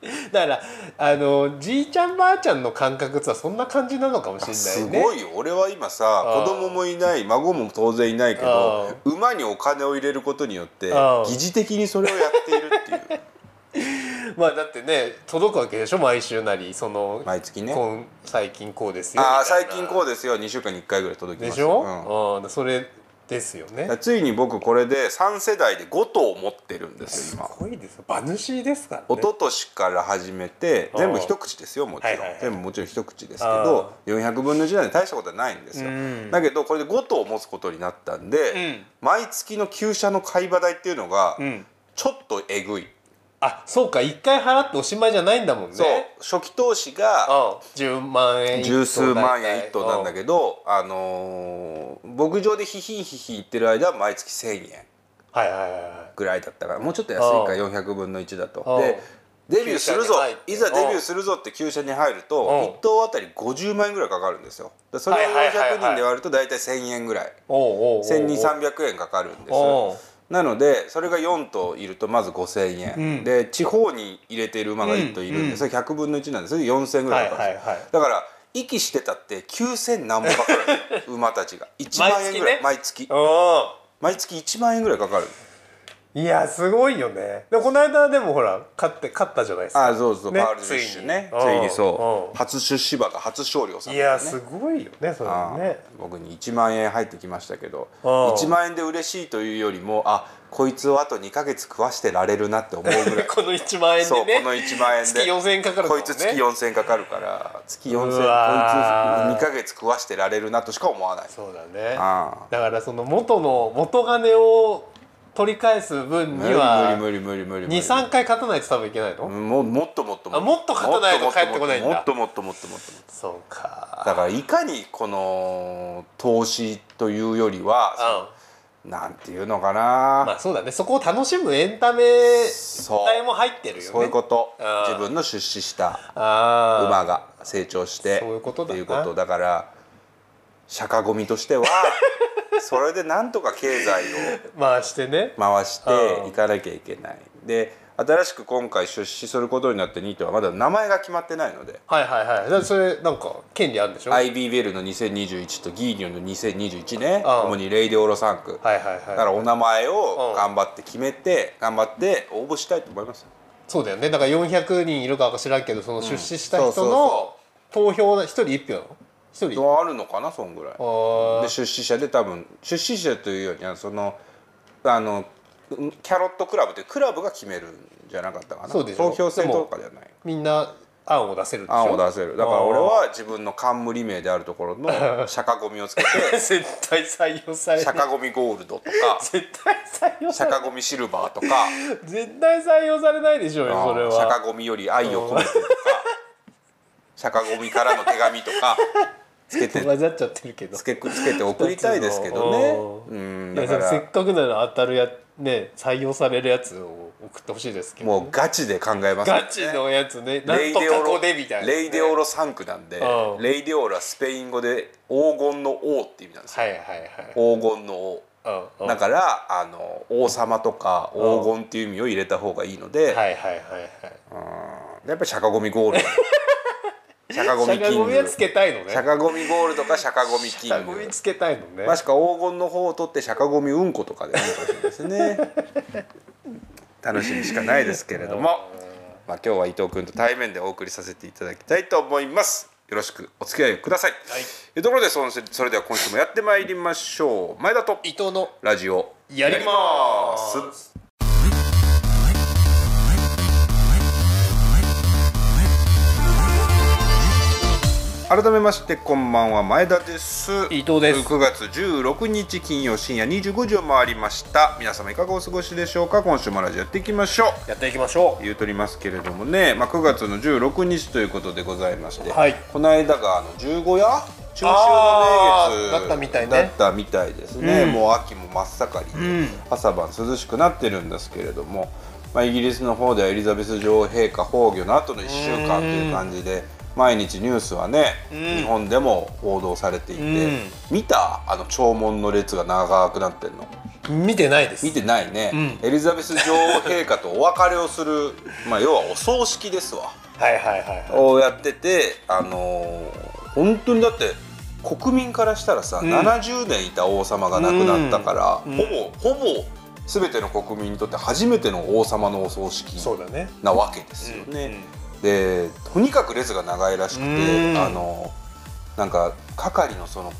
Speaker 2: ーだからあのじいちゃんばあちゃんの感覚ってはそんな感じなのかもし
Speaker 1: す
Speaker 2: れないね
Speaker 1: ごいよ俺は今さ
Speaker 2: あー
Speaker 1: 子供もいない孫も当然いないけど
Speaker 2: あ
Speaker 1: 馬にお金を入れることによって
Speaker 2: あー
Speaker 1: 疑似的にそれをやっている っていう
Speaker 2: まあだってね届くわけでしょ毎週なりその、
Speaker 1: 毎月ね
Speaker 2: こん最近こうですよ
Speaker 1: ああ
Speaker 2: みたい
Speaker 1: 最
Speaker 2: な
Speaker 1: 近こうですよ2週間に1回ぐらい届き
Speaker 2: で
Speaker 1: ます
Speaker 2: しょ、
Speaker 1: うん
Speaker 2: うん、それですよね
Speaker 1: だからついに僕これで3世代で5頭持ってるんです
Speaker 2: す
Speaker 1: よ今
Speaker 2: ごいですよ馬主ですからね
Speaker 1: 一昨年から始めて
Speaker 2: あー
Speaker 1: 全部一口ですよもちろん、
Speaker 2: はいはいはい
Speaker 1: 全部もちろん一口ですけど400分の1なんで大したことはないんですよ、
Speaker 2: うん
Speaker 1: だけどこれで5頭持つことになったんで、
Speaker 2: うん
Speaker 1: 毎月の旧車の買い場代っていうのが
Speaker 2: うん
Speaker 1: ちょっとえぐい、
Speaker 2: あそうか一回払っておしまいじゃないんだもんね
Speaker 1: そう初期投資が
Speaker 2: 10万円
Speaker 1: 十数万円1頭なんだ
Speaker 2: け
Speaker 1: けど、あのー牧場でヒヒヒヒ言ってる間は毎月1,000円
Speaker 2: どはいはいはいはい
Speaker 1: ぐらいだったからもうちょっと安いから400分の1だと
Speaker 2: ああ
Speaker 1: でデビューするぞ
Speaker 2: 旧車に入って
Speaker 1: いざデビューするぞって旧車に入ると
Speaker 2: うん
Speaker 1: 1頭あたり50万円ぐらいかかるんですよでそれを
Speaker 2: はいはいはいはい
Speaker 1: 400人で割ると大体1000円ぐらい
Speaker 2: おうおうおうおう
Speaker 1: 1200300円かかるんです
Speaker 2: おう
Speaker 1: なのでそれが4頭いるとまず5000円、
Speaker 2: うん
Speaker 1: で地方に入れている馬が1頭いるんで、
Speaker 2: うん
Speaker 1: それ100分の1なんでそれで4000円ぐらいかかるんですよ、
Speaker 2: はいはいはい
Speaker 1: だから息してたって9000何もかかるんですよ馬たちが1万円ぐらい毎月,、
Speaker 2: おう
Speaker 1: 毎月1万円ぐらいかかる
Speaker 2: いやすごいよねでもこの間でもほら勝って勝ったじゃないですか
Speaker 1: あそうそう、
Speaker 2: ね
Speaker 1: パールズフィッシュねつ
Speaker 2: ついに
Speaker 1: いに
Speaker 2: うん
Speaker 1: そ
Speaker 2: うん
Speaker 1: う初出資馬が初勝利をさ
Speaker 2: い
Speaker 1: れ
Speaker 2: や
Speaker 1: た
Speaker 2: す
Speaker 1: ね
Speaker 2: ごいよねそれ
Speaker 1: ああ
Speaker 2: ね
Speaker 1: 僕に1万円入ってきましたけど
Speaker 2: うん
Speaker 1: 1万円で嬉しいというよりもあこいつをあと2ヶ月食わしてられるなって思うぐ らい
Speaker 2: この1万円
Speaker 1: そう
Speaker 2: でね
Speaker 1: この1万円で
Speaker 2: 月4000円かかる
Speaker 1: こいつ月4000円かかるから月4000円こいつ
Speaker 2: うわー
Speaker 1: 2ヶ月食わしてられるなとしか思わない
Speaker 2: そうだね
Speaker 1: あ
Speaker 2: だからその元の元金を取り返す分
Speaker 1: 無
Speaker 2: に
Speaker 1: 理
Speaker 2: は
Speaker 1: 無理無理無理無理無理
Speaker 2: 23回勝たないと多分いけないの、
Speaker 1: うんもうもっともっと
Speaker 2: あもっと勝たないと帰ってこないんだ
Speaker 1: もっともっともっともっともっともっともっ
Speaker 2: そう
Speaker 1: と
Speaker 2: か
Speaker 1: だからいかにこの投資というよりは、なんていうのかな、
Speaker 2: うんまあそうだねそこを楽しむエンタメ
Speaker 1: そう
Speaker 2: 代も入ってるよね
Speaker 1: そういうこと
Speaker 2: あー
Speaker 1: 自分の出資した
Speaker 2: ああ
Speaker 1: 馬が成長して
Speaker 2: そういうこと
Speaker 1: っ
Speaker 2: だな
Speaker 1: ていうことだから釈迦ゴミとして はそれでなんとか経済を
Speaker 2: まあしてね
Speaker 1: 回して
Speaker 2: うん
Speaker 1: いかなきゃいけないで新しく今回出資することになってニートはまだ名前が決まってないので
Speaker 2: はいはいはいだからそれなんか権利あるんでしょ、い、
Speaker 1: IB ベルの2021とギーニョンの2021ね
Speaker 2: ああ
Speaker 1: 主にレイデオロサンク
Speaker 2: はいはいはい
Speaker 1: だからお名前を
Speaker 2: うん
Speaker 1: 頑張って決めて頑張って応募したいと思います
Speaker 2: そうだよねだから400人いるかは知らんけどその出資した
Speaker 1: うんそうそ
Speaker 2: 人
Speaker 1: うそ
Speaker 2: の投票1人1票なの1人
Speaker 1: どうあるのかなそんぐらい
Speaker 2: あ
Speaker 1: で出資者で多分出資者というよりはそのあのキャロットクラブというクラブが決めるんじゃなかったかな
Speaker 2: そうでしょ
Speaker 1: 投票制とかじゃない
Speaker 2: ーみんな案を出せるんでしょ
Speaker 1: 案を出せるだから俺は自分の冠名であるところ の釈迦ゴミをつけて
Speaker 2: 絶対採用され
Speaker 1: 釈
Speaker 2: ない
Speaker 1: 迦ゴミゴールドと か
Speaker 2: 絶対採用さ
Speaker 1: 釈
Speaker 2: れない
Speaker 1: 迦ゴミシルバーとか
Speaker 2: 絶対採用されないでしょうよそれ
Speaker 1: 釈
Speaker 2: は
Speaker 1: 迦ゴミより愛を込めてと か釈迦ゴミからの手紙とかつけて
Speaker 2: 混ざっちゃってるけど
Speaker 1: つけつけて送りたいですけどねうん
Speaker 2: いや
Speaker 1: だか
Speaker 2: せっ
Speaker 1: ら
Speaker 2: かくなら当たるやね採用されるやつを送ってほしいですけど
Speaker 1: もうガチで考えます
Speaker 2: ガチのやつねなん
Speaker 1: レイ
Speaker 2: と
Speaker 1: デオ
Speaker 2: かこ
Speaker 1: ロ
Speaker 2: でみたいな
Speaker 1: レイデオロ3区なんで
Speaker 2: うん
Speaker 1: レイデオロはスペイン語で黄金の王って意味なんですよ
Speaker 2: はいはい
Speaker 1: 黄金の王
Speaker 2: はいうんうん
Speaker 1: だからあの王様とか黄金っていう意味を入れた方がいいので、
Speaker 2: はいはいはいはい
Speaker 1: うんやっぱり釈迦ゴミゴール ド釈迦ゴミ
Speaker 2: 釈
Speaker 1: キ
Speaker 2: 迦ゴ
Speaker 1: ン
Speaker 2: ミは
Speaker 1: グ
Speaker 2: つけたいのね
Speaker 1: 釈迦ゴミゴールドか釈迦ゴミキ
Speaker 2: 釈迦
Speaker 1: ン
Speaker 2: ゴミ
Speaker 1: グ
Speaker 2: つけたいのね
Speaker 1: まあしか黄金の方を取って釈迦ゴミうんことかでいいかもしれないですね楽しみしかないですけれども、まあ、今日は伊藤君と対面でお送りさせていただきたいと思いますよろしくお付き合いください、
Speaker 2: はい
Speaker 1: というところでそのそれでは今週もやってまいりましょう前田と
Speaker 2: 伊藤の
Speaker 1: ラジオ
Speaker 2: やります
Speaker 1: やります改めましてこんばんは前田です
Speaker 2: 伊藤です
Speaker 1: 9月16日金曜深夜25時を回りました皆様いかがお過ごしでしょうか今週もラジオやっていきましょう
Speaker 2: やっていきましょ
Speaker 1: 言うとりますけれどもね、まあ、9月の16日ということでございまして、
Speaker 2: はい
Speaker 1: この間があの15夜中秋
Speaker 2: あ
Speaker 1: の名
Speaker 2: ー
Speaker 1: 月
Speaker 2: だったみたいね
Speaker 1: だったみたいですね、
Speaker 2: うん
Speaker 1: もう秋も真っ盛りで、
Speaker 2: うん
Speaker 1: 朝晩涼しくなってるんですけれども、まあ、イギリスの方ではエリザベス女王陛下崩御の後の1週間という感じで。毎日ニュースはね、
Speaker 2: うん
Speaker 1: 日本でも報道されていて、
Speaker 2: うん
Speaker 1: 見たあの弔問の列が長くなってるの
Speaker 2: う見てないです
Speaker 1: 見てないね、
Speaker 2: う
Speaker 1: エリザベス女王陛下とお別れをするまあ要はお葬式ですわ
Speaker 2: はいはいはいはい
Speaker 1: をやっててあのー本当にだって国民からしたらさ、
Speaker 2: うん
Speaker 1: 70年いた王様が亡くなったから、
Speaker 2: うん
Speaker 1: ほぼほぼ全ての国民にとって初めての王様のお葬式
Speaker 2: そうだね
Speaker 1: なわけですよね。でとにかく列が長いらしく
Speaker 2: う
Speaker 1: て
Speaker 2: ん
Speaker 1: あのなんか係のその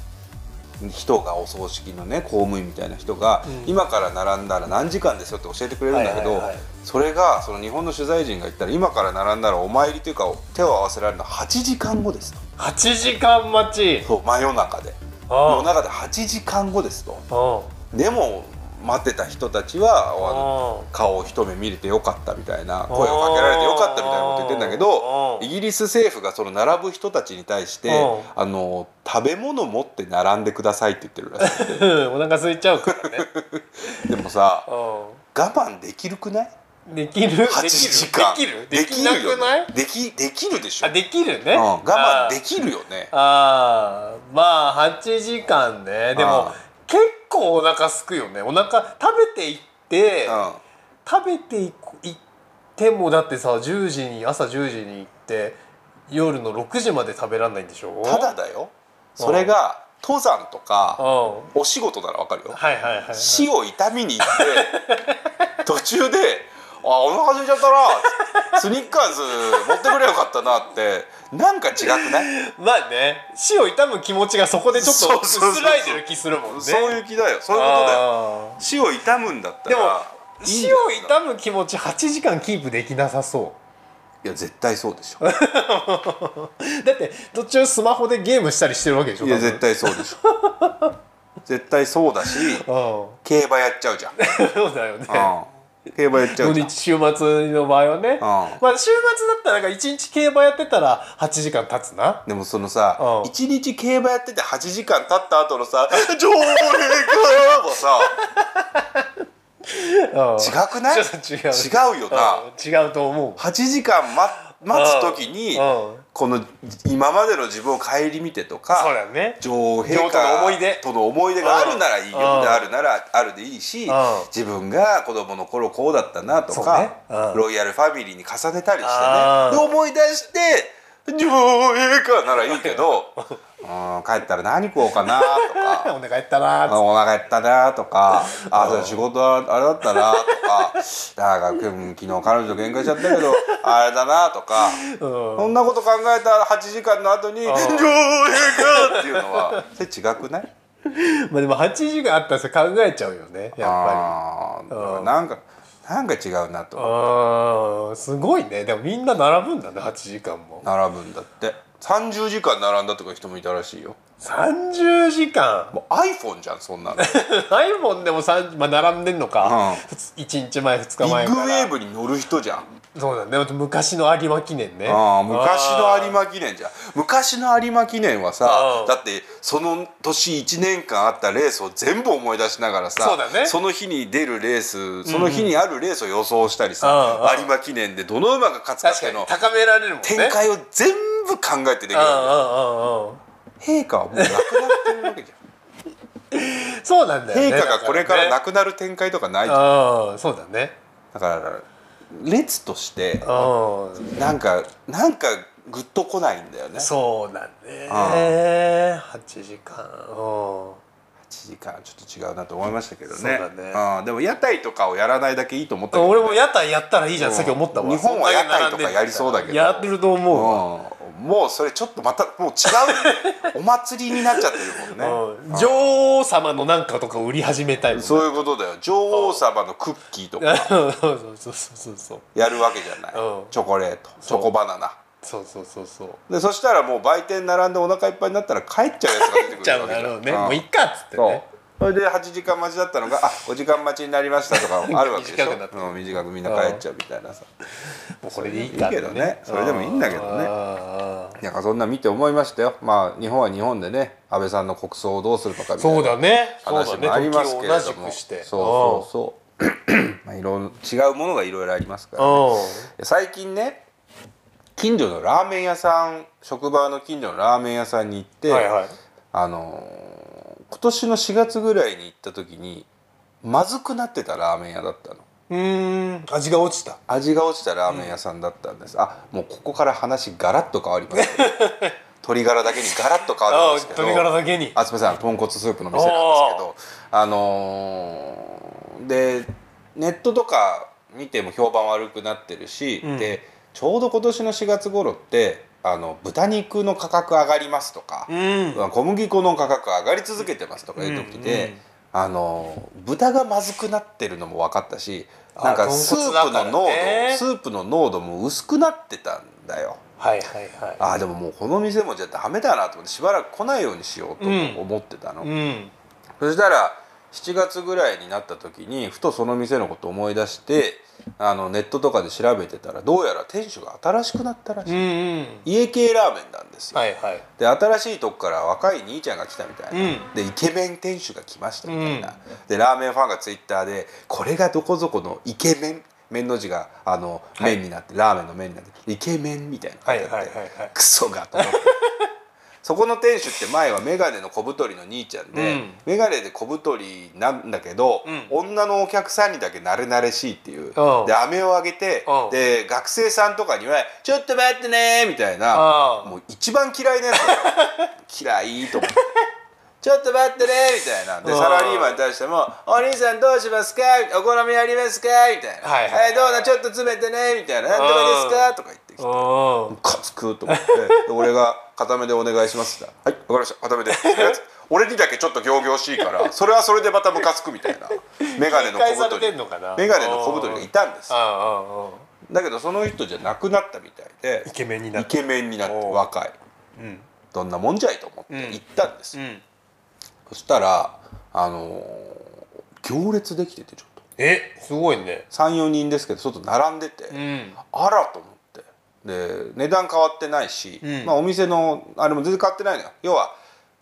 Speaker 1: 人がお葬式のね公務員みたいな人が、
Speaker 2: うん
Speaker 1: 今から並んだら何時間ですよって教えてくれるんだけど、
Speaker 2: はいはいはい
Speaker 1: それがその日本の取材陣が言ったら今から並んだらお参りというか手を合わせられるのは8時間後ですと
Speaker 2: 8時間待ち
Speaker 1: そう真夜中で夜
Speaker 2: あ
Speaker 1: 中で8時間後ですと
Speaker 2: あ
Speaker 1: でも待ってた人たちはあの
Speaker 2: あ
Speaker 1: 顔を一目見れてよかったみたいな声をかけられてよかったみたいなこと言ってんだけど
Speaker 2: うん
Speaker 1: イギリス政府がその並ぶ人たちに対して
Speaker 2: うん
Speaker 1: あの食べ物持って並んでくださいって言ってるらしい
Speaker 2: お腹空いちゃうから ね
Speaker 1: でもさ
Speaker 2: う
Speaker 1: 我慢できるくない
Speaker 2: んできる
Speaker 1: 8時間
Speaker 2: できるできな
Speaker 1: よ
Speaker 2: くない
Speaker 1: ねできできるでしょ
Speaker 2: あできるね、
Speaker 1: うん我慢で
Speaker 2: き
Speaker 1: きるよね
Speaker 2: あーまあ8時間ねでも
Speaker 1: あー
Speaker 2: 結構お腹すくよねお腹食べていって
Speaker 1: うん
Speaker 2: 食べていくいってもだってさ10時に朝10時に行って夜の6時まで食べらんないんでしょ
Speaker 1: ただだよそれが登山と
Speaker 2: うん
Speaker 1: か
Speaker 2: は
Speaker 1: お仕事ならわかるよ
Speaker 2: いはいはいはい
Speaker 1: 死 を痛みに行って途中で「あお腹空いちゃったな」スニッカーズ持ってくれよかったなってなんか違くない、
Speaker 2: まあね死を痛む気持ちがそこでちょっと
Speaker 1: そうそうそうそう
Speaker 2: 薄らいでる気するもんね
Speaker 1: そういう気だよそういうことだよ
Speaker 2: あ
Speaker 1: 死を悼むんだった
Speaker 2: ーで
Speaker 1: ら
Speaker 2: も
Speaker 1: いいん
Speaker 2: 死
Speaker 1: だよ
Speaker 2: を痛む気持ち8時間キープできなさそう
Speaker 1: いや絶対そうで しょ
Speaker 2: だって途中スマホでゲームしたりしてるわけでしょ
Speaker 1: いや絶対そうでしょ絶対そう だし
Speaker 2: 多
Speaker 1: 競馬やっちゃうじゃん、
Speaker 2: 分 うんそうだよね
Speaker 1: うん、競馬やっちゃ
Speaker 2: 土
Speaker 1: うじゃん
Speaker 2: 日週末の場合はね、
Speaker 1: ん
Speaker 2: まあ週末だったらなんか1日競馬やってたら8時間経つな
Speaker 1: でもそのさ
Speaker 2: うん
Speaker 1: 一日競馬やってて8時間経った後の さ「上映か!」は
Speaker 2: うん
Speaker 1: さ違くない
Speaker 2: ちょっと違う
Speaker 1: 違うよな
Speaker 2: うん違うと思
Speaker 1: 8時間待待つ時に
Speaker 2: うんうん
Speaker 1: この今までの自分を顧みてと
Speaker 2: うそう
Speaker 1: か
Speaker 2: だよね
Speaker 1: 女王陛
Speaker 2: 女王と
Speaker 1: 下
Speaker 2: の思い出
Speaker 1: との思い出があるならいいよ
Speaker 2: うん
Speaker 1: であるならあるでいいし
Speaker 2: うん
Speaker 1: 自分が子供の頃こうだったなと
Speaker 2: そうね
Speaker 1: か
Speaker 2: うん
Speaker 1: ロイヤルファミリーに重ねたり
Speaker 2: あ
Speaker 1: して
Speaker 2: ー
Speaker 1: ねで思い出して「女王陛下」ならいいけ どうん帰ったら何食おうかなとか。
Speaker 2: お腹減ったなー
Speaker 1: あ
Speaker 2: っ
Speaker 1: お腹減ったなとか、あ、そう仕事はあれだったな とか、なんかうん昨日彼女と喧嘩しちゃったけど、あれだなとか、
Speaker 2: つってうん
Speaker 1: そんなこと考えた8時間の後に、上映かっていうのは、 それ違くない
Speaker 2: まあでも8時間あったらそれ考えちゃうよねやっぱり
Speaker 1: あ
Speaker 2: う
Speaker 1: ー
Speaker 2: ん
Speaker 1: なんか、なんか違うなと。
Speaker 2: あーすごいねでもみんな並ぶんだね8時間も
Speaker 1: 並ぶんだって。30時間並んだとか人もいたらしいよ。
Speaker 2: 30時間
Speaker 1: もう iPhone じゃん、そ んなの。ビ
Speaker 2: ないもんでも3、まあ、並んでんのか、一1日前2日前
Speaker 1: ッ
Speaker 2: か
Speaker 1: グ
Speaker 2: ら
Speaker 1: ウェーブに乗る人じゃん。
Speaker 2: そうだねだって昔の有馬記念ね
Speaker 1: ああ昔の有
Speaker 2: 馬
Speaker 1: 馬記念じゃん昔の有馬記念はさ
Speaker 2: うん
Speaker 1: だってその年1年間あったレースを全部思い出しながらさ
Speaker 2: そうだね
Speaker 1: の日に出るレースその日にあるレースを予想したりさ、
Speaker 2: うんうん
Speaker 1: 有馬記念でどの馬が勝つかって
Speaker 2: 確
Speaker 1: い
Speaker 2: か
Speaker 1: うの
Speaker 2: に高められるもんね
Speaker 1: 展開を全部考えてでき
Speaker 2: う
Speaker 1: るわ
Speaker 2: んうんうんうん
Speaker 1: け陛下はもうなくなってるわけじ ゃ
Speaker 2: そうなんだよ
Speaker 1: ん陛
Speaker 2: ね
Speaker 1: 下がこれからな
Speaker 2: く
Speaker 1: くなる展開とかないじゃん
Speaker 2: ああそうだね
Speaker 1: だから列として
Speaker 2: うん
Speaker 1: なんかなんかグッと来ないんだよね
Speaker 2: そうだね8時間うん
Speaker 1: 1時間ちょっと違うなと思いましたけどね
Speaker 2: そうだね
Speaker 1: うんでも屋台とかをやらないだけいいと思ったけど、
Speaker 2: 俺も屋台やったらいいじゃん、
Speaker 1: うん
Speaker 2: さっき思ったわ
Speaker 1: 日本は屋台とかやりそうだけど
Speaker 2: やってると思うわ、
Speaker 1: うんもうそれちょっとまたもう違うお祭りになっちゃってるもんね、
Speaker 2: うん女王様のなんかとか売り始めたいもんね
Speaker 1: そういうことだよ女王様のクッキーとか
Speaker 2: そうそうそうそうそう
Speaker 1: やるわけじゃない、
Speaker 2: うん
Speaker 1: チョコレートチョコバナナ
Speaker 2: そうそうそうそう
Speaker 1: でそしたらもう売店並んでお腹いっぱいになったら帰っちゃうやつが出てく
Speaker 2: じ
Speaker 1: る
Speaker 2: ゃあ
Speaker 1: わけじゃ
Speaker 2: な
Speaker 1: ん
Speaker 2: るほどね
Speaker 1: うん
Speaker 2: もういっかっつって
Speaker 1: そう
Speaker 2: ね
Speaker 1: それで8時間待ちだったのが「あお時間待ちになりました」とかあるわけでしょ
Speaker 2: 短くなって
Speaker 1: うん短くみんな帰っちゃうみたいなさ
Speaker 2: もうこれでいいかって
Speaker 1: いいけどねそれでもいいんだけどね
Speaker 2: あー
Speaker 1: なんかそんな見て思いましたよまあ日本は日本でね安倍さんの国葬をどうするのかみたいな
Speaker 2: そうだねそう
Speaker 1: 話
Speaker 2: だ
Speaker 1: もあり
Speaker 2: ね
Speaker 1: ま
Speaker 2: 時
Speaker 1: す
Speaker 2: を
Speaker 1: けれども
Speaker 2: 同じくして
Speaker 1: そうそうそうまあいろん違うものがいろいろありますから、
Speaker 2: う
Speaker 1: 最近ね近所のラーメン屋さん職場の近所のラーメン屋さんに行って、
Speaker 2: んはいはい
Speaker 1: あのー今年の4月ぐらいに行った時にまずくなってたラーメン屋だったの
Speaker 2: うーん味が落ちた
Speaker 1: 味が落ちたラーメン屋さんだったんです、あもうここから話ガラッと変わります 鶏ガラだけにガラッと変わるん
Speaker 2: あ
Speaker 1: です
Speaker 2: ー
Speaker 1: けど
Speaker 2: 鶏ガラだけに
Speaker 1: あすみません豚骨スープの店なんですけどあのーでネットとか見ても評判悪くなってるし、
Speaker 2: うん
Speaker 1: でちょうど今年の4月頃ってあの豚肉の価格上がりますとか、
Speaker 2: うん
Speaker 1: 小麦粉の価格上がり続けてますとかいう時で、
Speaker 2: うんうん
Speaker 1: あの豚がまずくなってるのも分かったし
Speaker 2: あ
Speaker 1: なんか
Speaker 2: 豚
Speaker 1: スー
Speaker 2: 骨
Speaker 1: プ
Speaker 2: だか
Speaker 1: の
Speaker 2: ら
Speaker 1: 濃度、
Speaker 2: ね
Speaker 1: スープの濃度も薄くなってたんだよ
Speaker 2: はいはいはい
Speaker 1: あーでももうこの店もじゃダメだなと思ってしばらく来ないようにしようと思ってたの、
Speaker 2: うん
Speaker 1: そしたら7月ぐらいになった時にふとその店のこと思い出してあのネットとかで調べてたらどうやら店主が新しくなったらし
Speaker 2: う
Speaker 1: い、
Speaker 2: んうん
Speaker 1: 家系ラーメンなんですよ、
Speaker 2: はいはい
Speaker 1: で新しいとこから若い兄ちゃんが来たみたいな、
Speaker 2: うん
Speaker 1: でイケメン店主が来ましたみたいな、でラーメンファンがツイッターで「これがどこぞこのイケメン」麺の字があの
Speaker 2: い
Speaker 1: 麺になって、ラーメンの麺になってイケメンみたいなの書いてあって、
Speaker 2: はいはいはいはい
Speaker 1: クソがと思って そこの店主って前は眼鏡の小太りの兄ちゃんで、
Speaker 2: うん
Speaker 1: 眼鏡で小太りなんだけど、
Speaker 2: うん
Speaker 1: 女のお客さんにだけ慣れ慣れしいっていう、
Speaker 2: うん
Speaker 1: で飴をあげて、
Speaker 2: うん
Speaker 1: で学生さんとかには「ちょっと待ってね」みたいな
Speaker 2: あー
Speaker 1: もう一番嫌いなやつだよ嫌いと思ってちょっと待ってね」みたいなで
Speaker 2: うん
Speaker 1: サラリーマンに対しても「お兄さんどうしますか?」お好みありますか?」みたいな
Speaker 2: はいはい
Speaker 1: どうなちょっと詰めてね」みたいな「なんとかですか?」とか言ってきて
Speaker 2: うん
Speaker 1: カつくと思ってで俺が「固めでお願いします」ってはいわかりました固めで」俺にだけちょっと仰々しいからそれはそれでまたムカつくみたいな眼鏡の
Speaker 2: 警戒
Speaker 1: 小
Speaker 2: さ
Speaker 1: 太
Speaker 2: れ
Speaker 1: り
Speaker 2: てんのかな
Speaker 1: 眼鏡の小太りがいたんです
Speaker 2: あああ
Speaker 1: だけどその人じゃなくなったみたいで
Speaker 2: イケメンにな
Speaker 1: イ
Speaker 2: って
Speaker 1: ケメンになって
Speaker 2: おう
Speaker 1: 若い
Speaker 2: うん
Speaker 1: どんなもんじゃいと思って行ったんですよ、
Speaker 2: ん
Speaker 1: そしたらあのー行列できててちょっと
Speaker 2: えすごいね
Speaker 1: 34人ですけどちょっと並んでて、
Speaker 2: ん
Speaker 1: あらと思ってで値段変わってないし、
Speaker 2: うん
Speaker 1: まあ、お店のあれも全然変わってないのよ要は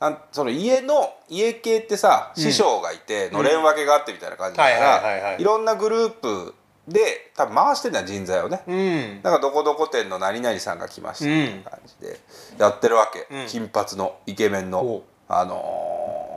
Speaker 1: なんその家の家系ってさ、師匠がいてのれん分けがあってみたいな感じだか
Speaker 2: はいはいはいは
Speaker 1: ら
Speaker 2: い
Speaker 1: いろんなグループで多分回してんだよ人材をね、
Speaker 2: うん
Speaker 1: なんかどこどこ店の何々さんが来ましたみたいな感じでやってるわけ、
Speaker 2: うん
Speaker 1: 金髪のイケメンの
Speaker 2: ほ
Speaker 1: あのー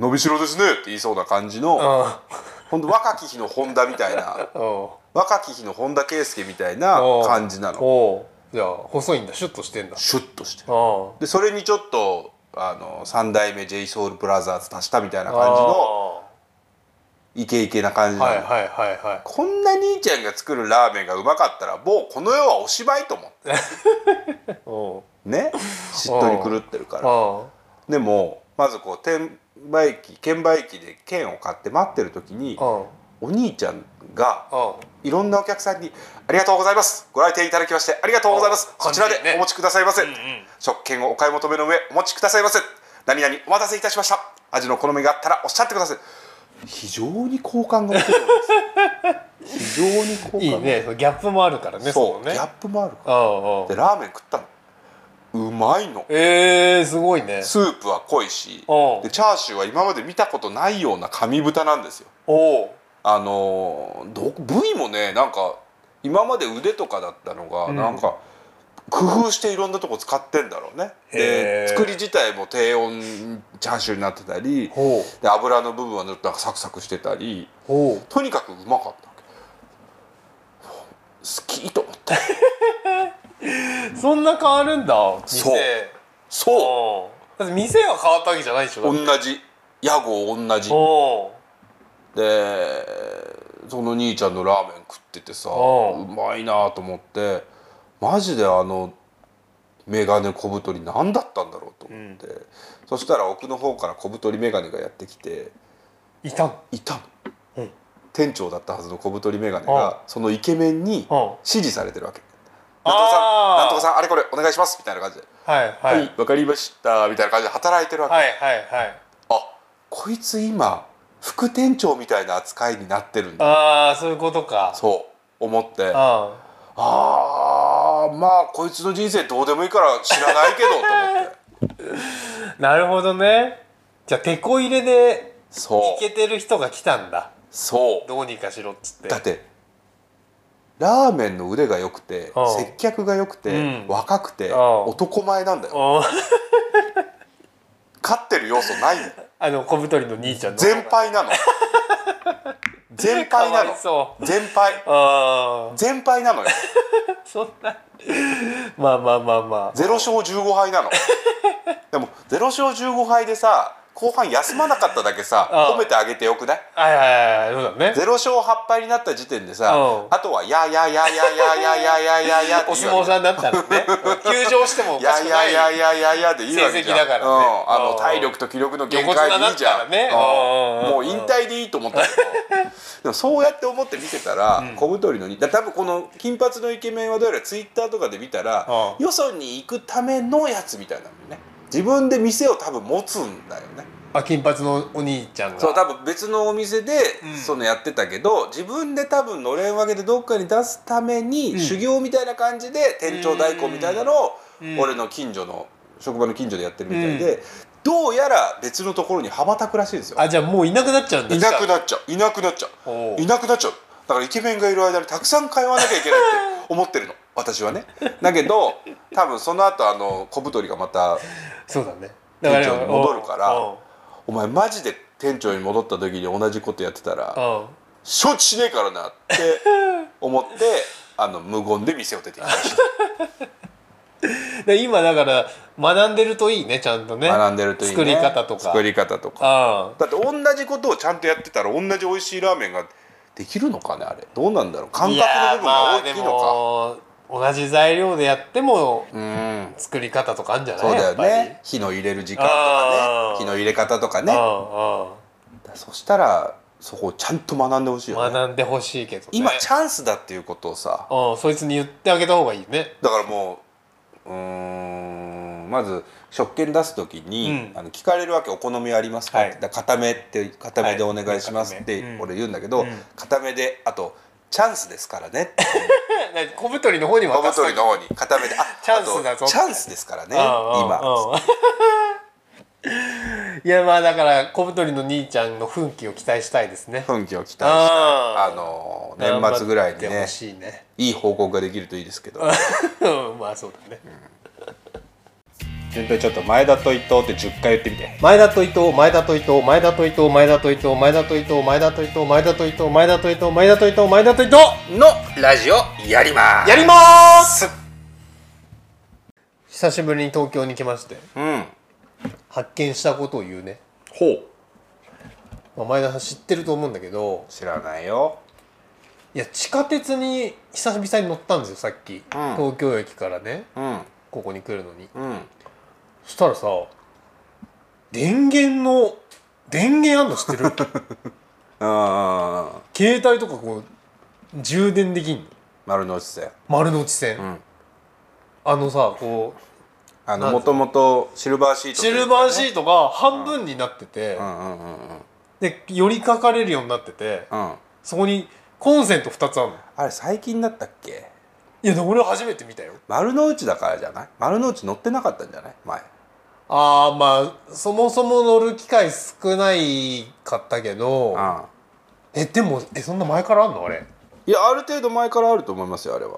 Speaker 1: 伸びしろですね」って言いそうな感じの
Speaker 2: あ
Speaker 1: ほんと若き日の本田みたい な
Speaker 2: あお
Speaker 1: 若き日の本田圭佑みたいな感じなの
Speaker 2: おうじゃあ細いんだシュッとしてんだ
Speaker 1: シュッとして
Speaker 2: ああ
Speaker 1: でそれにちょっとあの3代目 j s o u l b r o t h e r s 足したみたいな感じの
Speaker 2: あ
Speaker 1: イケイケな感じ
Speaker 2: あ
Speaker 1: なの、
Speaker 2: はいはいはいは
Speaker 1: こんな兄ちゃんが作るラーメンがうまかったらもうこの世はおしまいと思って
Speaker 2: いおう
Speaker 1: ねしっとり狂ってるから
Speaker 2: あ
Speaker 1: でもまずこう転売機券売機で券を買って待ってる時に
Speaker 2: ああ
Speaker 1: お兄ちゃんが
Speaker 2: ああ
Speaker 1: いろんなお客さんに「ありがとうございますご来店いただきましてありがとうございます
Speaker 2: あ
Speaker 1: こちら
Speaker 2: 感じね
Speaker 1: でお持ちくださいませ、
Speaker 2: んうん
Speaker 1: 食券をお買い求めの上お持ちくださいませ何々お待たせいたしました味の好みがあったらおっしゃってください」非常に好感が持てるんです 非常に好感が
Speaker 2: いいねギャップもあるからね
Speaker 1: そう
Speaker 2: のね
Speaker 1: ギャップもあるから
Speaker 2: ああああ
Speaker 1: でラーメン食ったのうまいの
Speaker 2: えー、すごいね
Speaker 1: スープは濃いし
Speaker 2: おう
Speaker 1: でチャーシューは今まで見たことないような神豚なんですよ
Speaker 2: おう
Speaker 1: あのーど部位もねなんか今まで腕とかだったのが、
Speaker 2: うん
Speaker 1: なんか工夫していろんなとこ使ってんだろうねで
Speaker 2: へー
Speaker 1: 作り自体も低温チャーシューになってたり
Speaker 2: ほ
Speaker 1: で油の部分はちょっとなんかサクサクしてたり
Speaker 2: うほう
Speaker 1: とにかくうまかったわけ好きと思って
Speaker 2: そんな変わるんだ店
Speaker 1: そうそう
Speaker 2: だって店が変わったわけじゃないでしょ
Speaker 1: 同じ屋号同じ
Speaker 2: お
Speaker 1: でその兄ちゃんのラーメン食っててさ
Speaker 2: う
Speaker 1: うんまいなと思ってマジであのメガネ小太り何だったんだろうと思って、そしたら奥の方から小太りメガネがやってきて
Speaker 2: いたん
Speaker 1: いたの、
Speaker 2: うん
Speaker 1: 店長だったはずの小太りメガネ
Speaker 2: うん
Speaker 1: がそのイケメンに
Speaker 2: うん
Speaker 1: 指示されてるわけ。なんとかさん
Speaker 2: あー
Speaker 1: なんとかさんあれこれお願いしますみたいな感じで「
Speaker 2: はい
Speaker 1: は
Speaker 2: はい
Speaker 1: いわかりました」みたいな感じで働いてるわけ、
Speaker 2: はいはいはい
Speaker 1: あこいつ今副店長みたいな扱いになってるんだ
Speaker 2: ああそういうことか
Speaker 1: そう思ってあ
Speaker 2: あ
Speaker 1: あーまあこいつの人生どうでもいいから知らないけどと思 って
Speaker 2: ーなるほどねじゃあてこ入れで
Speaker 1: そ
Speaker 2: いうけてる人が来たんだ
Speaker 1: そ
Speaker 2: どうにかしろっつって
Speaker 1: うだってラーメンの腕が良くて
Speaker 2: うん
Speaker 1: 接客が良くて、
Speaker 2: うん
Speaker 1: 若くて
Speaker 2: うん
Speaker 1: 男前なんだよ
Speaker 2: おー
Speaker 1: 勝ってる要素ないの
Speaker 2: あの小太りの兄ちゃんの
Speaker 1: 全敗 なの全敗な
Speaker 2: かわ
Speaker 1: の
Speaker 2: いそう
Speaker 1: 全敗
Speaker 2: ああ
Speaker 1: 全敗なのよ
Speaker 2: そんなまあまあまあまあ
Speaker 1: ゼロ勝15敗なのでもゼロ勝15敗でさ後半休まなかっただけさ
Speaker 2: うん
Speaker 1: 褒めてあげてよくない
Speaker 2: はいはいはいそうだね
Speaker 1: ゼロ勝八敗になった時点でさ、
Speaker 2: うん
Speaker 1: あとはやややややややややや
Speaker 2: お相撲さんだったらね休場してもお
Speaker 1: いや
Speaker 2: かし
Speaker 1: い
Speaker 2: くな
Speaker 1: や
Speaker 2: い
Speaker 1: いやいやいやいやでいいわけじゃん
Speaker 2: 成績だからね
Speaker 1: うん、あ
Speaker 2: うん
Speaker 1: の体力と気力の限界でいいじゃん、
Speaker 2: 横綱だったらねうん
Speaker 1: うんもう引退でいいと思ったけどでもそうやって思って見てたら、小太りのにだ多分この金髪のイケメンはどうやらツイッターとかで見たら、
Speaker 2: う
Speaker 1: よそに行くためのやつみたいなのね自分で店を多分持つんだよね
Speaker 2: あ金髪のお兄ちゃんが
Speaker 1: そう多分別のお店で、
Speaker 2: うん
Speaker 1: そのやってたけど自分で多分のれん分けでどっかに出すために、
Speaker 2: ん
Speaker 1: 修行みたいな感じで店長代行みたいなのを、
Speaker 2: うん
Speaker 1: 俺の近所の職場の近所でやってるみたいで、どうやら別のところに羽ばたくらしいんですよ。
Speaker 2: あじゃあもういなくなっちゃうんだ
Speaker 1: いなくなっちゃういなくなっちゃ
Speaker 2: おう
Speaker 1: ういなくなっちゃうだからイケメンがいる間にたくさん通わなきゃいけないって思ってるの私はね。だけど多分その後あの小太りがまた
Speaker 2: そうだね
Speaker 1: 店長に戻るから
Speaker 2: おう
Speaker 1: 「お前マジで店長に戻った時に同じことやってたら」
Speaker 2: おう
Speaker 1: 承知しねえから なって思ってあの無言で店を出てきました
Speaker 2: で今だから学んでるといいねちゃんとね
Speaker 1: 学んでるといい、ね、
Speaker 2: 作り方とか
Speaker 1: 作り方とか
Speaker 2: ああ
Speaker 1: だって同じことをちゃんとやってたら同じ美味しいラーメンができるのかねあれどうなんだろう感覚の
Speaker 2: いや
Speaker 1: 部分
Speaker 2: ーま
Speaker 1: が
Speaker 2: あ
Speaker 1: 大き
Speaker 2: で
Speaker 1: いの
Speaker 2: も同じ材料でやっても
Speaker 1: か、うん
Speaker 2: 作り方とかあるんじゃない
Speaker 1: そうだよ
Speaker 2: やっぱり
Speaker 1: ね火の入れる時間とか
Speaker 2: あー
Speaker 1: ね火の入れ方とかね
Speaker 2: う
Speaker 1: そしたらそこをちゃんと学んでほしい
Speaker 2: んう
Speaker 1: よ
Speaker 2: ん、
Speaker 1: ね
Speaker 2: 学んでほしいけど、ね、
Speaker 1: 今チャンスだっていうことをさ
Speaker 2: うんそいつに言ってあげた方がいいね
Speaker 1: だからもううーんまず食券出す時に、
Speaker 2: うん
Speaker 1: あの聞かれるわけ「お好みありますか
Speaker 2: はい
Speaker 1: だから固めって「固めでお願いします」っ
Speaker 2: はい固
Speaker 1: て
Speaker 2: め
Speaker 1: 俺言うんだけど、
Speaker 2: うん
Speaker 1: 固めであと「チャンスですからね」
Speaker 2: 何小太りの方に
Speaker 1: 小
Speaker 2: 渡す
Speaker 1: 太りの方に固めで「あ
Speaker 2: チャンスだぞ
Speaker 1: あとチャンスですからね今」
Speaker 2: 今 いやまあだから小太りの兄ちゃんの奮起を期待したいですね
Speaker 1: 奮起を期待して
Speaker 2: あ
Speaker 1: あの年末ぐらいに
Speaker 2: 頑張って
Speaker 1: ね
Speaker 2: ほしいね
Speaker 1: いい報告ができるといいですけど
Speaker 2: うんまあそうだね
Speaker 1: 全体ちょっと前田と伊藤って10回言ってみて
Speaker 2: 前田と伊藤前田と伊藤前田と伊藤前田と伊藤前田と伊藤前田と伊藤前田と伊藤前田と伊藤前田と伊藤前田と伊藤
Speaker 1: のラジオやります
Speaker 2: やりまーす久しぶりに東京に来まして
Speaker 1: うん
Speaker 2: 発見したことを言うね、
Speaker 1: ほう
Speaker 2: まあ、前田さん知ってると思うんだけど
Speaker 1: 知らないよ
Speaker 2: いや地下鉄に久々に乗ったんですよさっき、東京駅からね
Speaker 1: うん
Speaker 2: ここに来るのに
Speaker 1: うん
Speaker 2: そしたらさ電源の電源あんの知 ってる
Speaker 1: ああ
Speaker 2: 携帯とかこう充電できんの
Speaker 1: 丸の内線
Speaker 2: 丸の内線、
Speaker 1: ん
Speaker 2: あのさこう
Speaker 1: あの
Speaker 2: なん
Speaker 1: もともとシルバーシート
Speaker 2: シルバー
Speaker 1: ー
Speaker 2: シートが半分になってて、
Speaker 1: トうんうんうんうん
Speaker 2: で寄りかかれるようになってて
Speaker 1: うん
Speaker 2: そこにコンセント2つあるの
Speaker 1: あれ最近だったっけ
Speaker 2: いやでも俺初めて見たよ
Speaker 1: 丸の内だからじゃない丸の内乗ってなかったんじゃない前
Speaker 2: ああまあそもそも乗る機会少ないかったけど
Speaker 1: うん
Speaker 2: えでもえそんな前からあんのあれ
Speaker 1: いやある程度前からあると思いますよあれ
Speaker 2: あ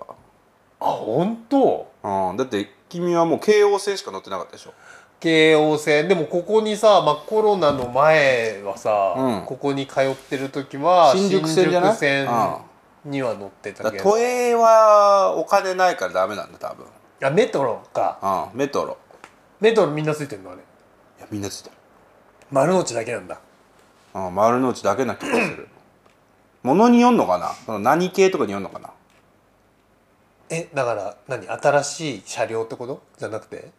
Speaker 2: 本当
Speaker 1: は、うん、だって君はもう京王線しか乗ってなかったでしょ
Speaker 2: 京王線でもここにさ、まあ、コロナの前はさ、
Speaker 1: うん
Speaker 2: ここに通ってる時は
Speaker 1: 新宿線じゃない
Speaker 2: 新宿線
Speaker 1: うん
Speaker 2: には乗ってた
Speaker 1: だか
Speaker 2: け
Speaker 1: ら
Speaker 2: ど
Speaker 1: 都営はお金ないからダメなんだ多分
Speaker 2: あメトロか
Speaker 1: うんメトロ
Speaker 2: メトロみんなついてんのあれ
Speaker 1: いやみんなついてる、
Speaker 2: 丸の内だけなんだ
Speaker 1: うん、丸の内だけな気がするものによんのかなその何系とかによんのかな
Speaker 2: えだから何新しい車両ってことじゃなくて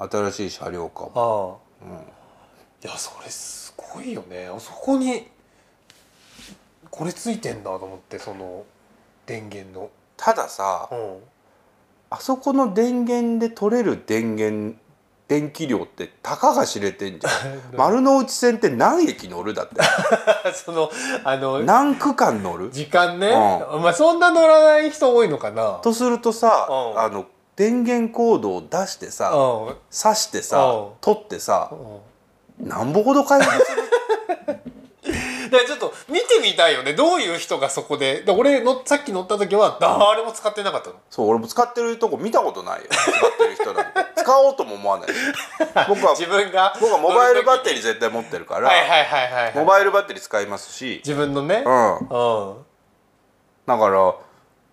Speaker 1: 新しい車両かも
Speaker 2: ああ、いやそれすごいよねあそこにこれついてんだと思ってその電源の
Speaker 1: たださ
Speaker 2: うん
Speaker 1: あそこの電源で取れる電源電気量ってたかが知れて んじゃん丸の内線って何駅乗るだって
Speaker 2: そのあの
Speaker 1: 何区間乗る
Speaker 2: 時間ね、
Speaker 1: う
Speaker 2: まあそんな乗らない人多いのかな
Speaker 1: とするとさ、
Speaker 2: うん
Speaker 1: あの電源コードを出してさ、
Speaker 2: うん
Speaker 1: 刺してさ、
Speaker 2: うん
Speaker 1: 取ってさ、
Speaker 2: うん
Speaker 1: なんぼほど回復す る
Speaker 2: だからちょっと見てみたいよねどういう人がそこでで俺のさっき乗った時は誰も使ってなかったの
Speaker 1: そう俺も使ってるとこ見たことないよ使ってる人なんて使おうとも思わない僕は
Speaker 2: 自分が
Speaker 1: 僕はモバイルバッテリー
Speaker 2: ー
Speaker 1: 絶対持ってるから、
Speaker 2: はいはいはいはい、はい、
Speaker 1: モバイルバッテリー使いますし、
Speaker 2: 自分のね
Speaker 1: う
Speaker 2: うん
Speaker 1: ん、
Speaker 2: あ
Speaker 1: だから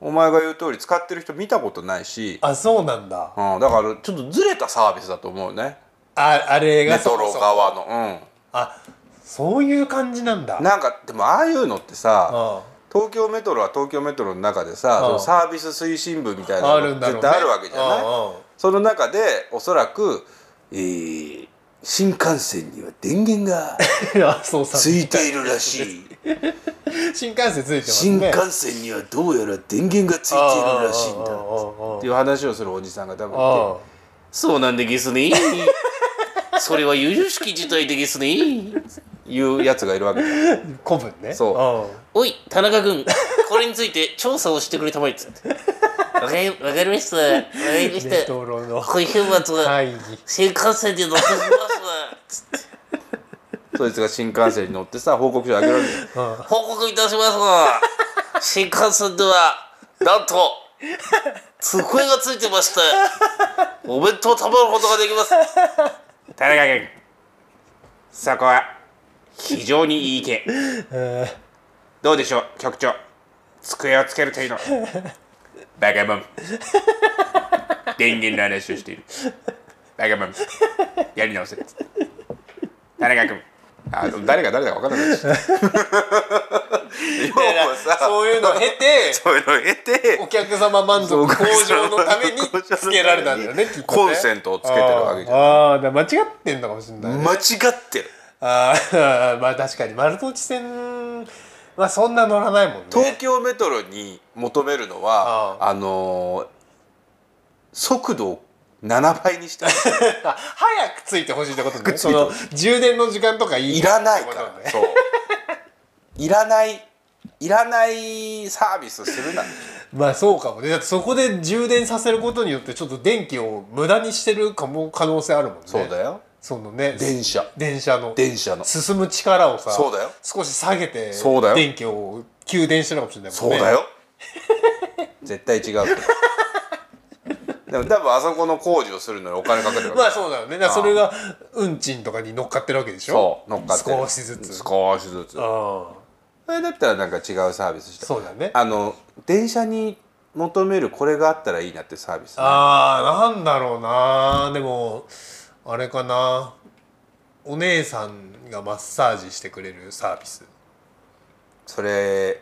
Speaker 1: お前が言う通り使ってる人見たことないし、
Speaker 2: そうなんだ
Speaker 1: うん、だからちょっとずれたサービスだと思うね
Speaker 2: ああれが
Speaker 1: メトロ
Speaker 2: そうそう
Speaker 1: 側の
Speaker 2: あそういう感じなんだ
Speaker 1: うん、なんかでもああいうのってさ、
Speaker 2: あ
Speaker 1: 東京メトロは東京メトロの中でさ、
Speaker 2: うん
Speaker 1: そのサービス推進部みたい
Speaker 2: あ
Speaker 1: な
Speaker 2: ある
Speaker 1: の
Speaker 2: んだろう、ね、
Speaker 1: 絶対あるわけじゃない、
Speaker 2: うんうん
Speaker 1: その中でおそらく、えー新幹線には電源が
Speaker 2: い やそうさ
Speaker 1: ついているら しい
Speaker 2: 新幹線ついてます
Speaker 1: 新
Speaker 2: ね
Speaker 1: 幹線にはどうやら電源がついているらしいんだっていう話をするおじさんが多分いて
Speaker 2: あ
Speaker 1: そうなんでゲスね。それは由々しき事態でゲスね。いうやつがい るわけだ。
Speaker 2: あ古文ね
Speaker 1: そ
Speaker 3: おい、田中君、これについて調査をしてくれたまえっつって。わかり、わかりました。わかりま
Speaker 2: うん
Speaker 3: し
Speaker 2: メ
Speaker 3: た。
Speaker 2: トロの
Speaker 3: こういう週末は、
Speaker 2: 会議
Speaker 3: 新幹線で乗ってきますわ。つって
Speaker 1: う。そいつが新幹線に乗ってさ、報告書あげるわけだよ。
Speaker 3: 報告いたしま すわ。新幹線では、なんと、机がついてまして、お弁当を食べることができます。
Speaker 1: 田中君そこは非常にいい意見どうでしょう局長机をつけるというのバカモン
Speaker 4: 電源の話をしているバカマンやり直せっつって田中君
Speaker 2: あでも誰が誰だか分から ないし
Speaker 1: 要はさ
Speaker 2: そういうのを経 て
Speaker 1: そういうのを経て
Speaker 2: お客様満足向上のために
Speaker 1: 向上のために
Speaker 2: つけられたんだよねきっとね
Speaker 1: コンセントをつけてるわけじゃん
Speaker 2: ああーだから間違ってんのかもしれない、
Speaker 1: 間違ってる
Speaker 2: ああまあ確かに丸太地線はそんな乗らないもんね
Speaker 1: 東京メトロに求めるのは
Speaker 2: あ
Speaker 1: あのー速度を7倍にしたい
Speaker 2: あ早くついてほしいってこと
Speaker 1: 早
Speaker 2: ね
Speaker 1: くつい
Speaker 2: そ
Speaker 1: て
Speaker 2: の
Speaker 1: ほ
Speaker 2: 充電の時間とかい
Speaker 1: いらないから、
Speaker 2: ね
Speaker 1: そう いらないいらないサービスするな
Speaker 2: まあそうかもねだってそこで充電させることによってちょっと電気を無駄にしてるかも可能性あるもんね
Speaker 1: そうだよ
Speaker 2: そのね
Speaker 1: 電車
Speaker 2: 電車の
Speaker 1: 電車の
Speaker 2: 進む力をさ
Speaker 1: そうだよ
Speaker 2: 少し下げて
Speaker 1: そうだよ
Speaker 2: 電気を給電してるかもしれないも
Speaker 1: そ
Speaker 2: ん
Speaker 1: う
Speaker 2: ね
Speaker 1: だよ絶対違うけど でも多分あそこの工事をするのにお金かかるわけ
Speaker 2: まあそうだよねだからそれが運賃とかに乗っかってるわけでしょ
Speaker 1: そう乗っかってる
Speaker 2: 少しずつ
Speaker 1: 少しずつ
Speaker 2: あ
Speaker 1: それだったらなんか違うサービスし
Speaker 2: あ
Speaker 1: て
Speaker 2: そうだね
Speaker 1: あの電車に求めるこれがあったらいいなってサービスね
Speaker 2: あーなんだろうなでもあれかなお姉さんがマッサージしてくれるサービス
Speaker 1: それ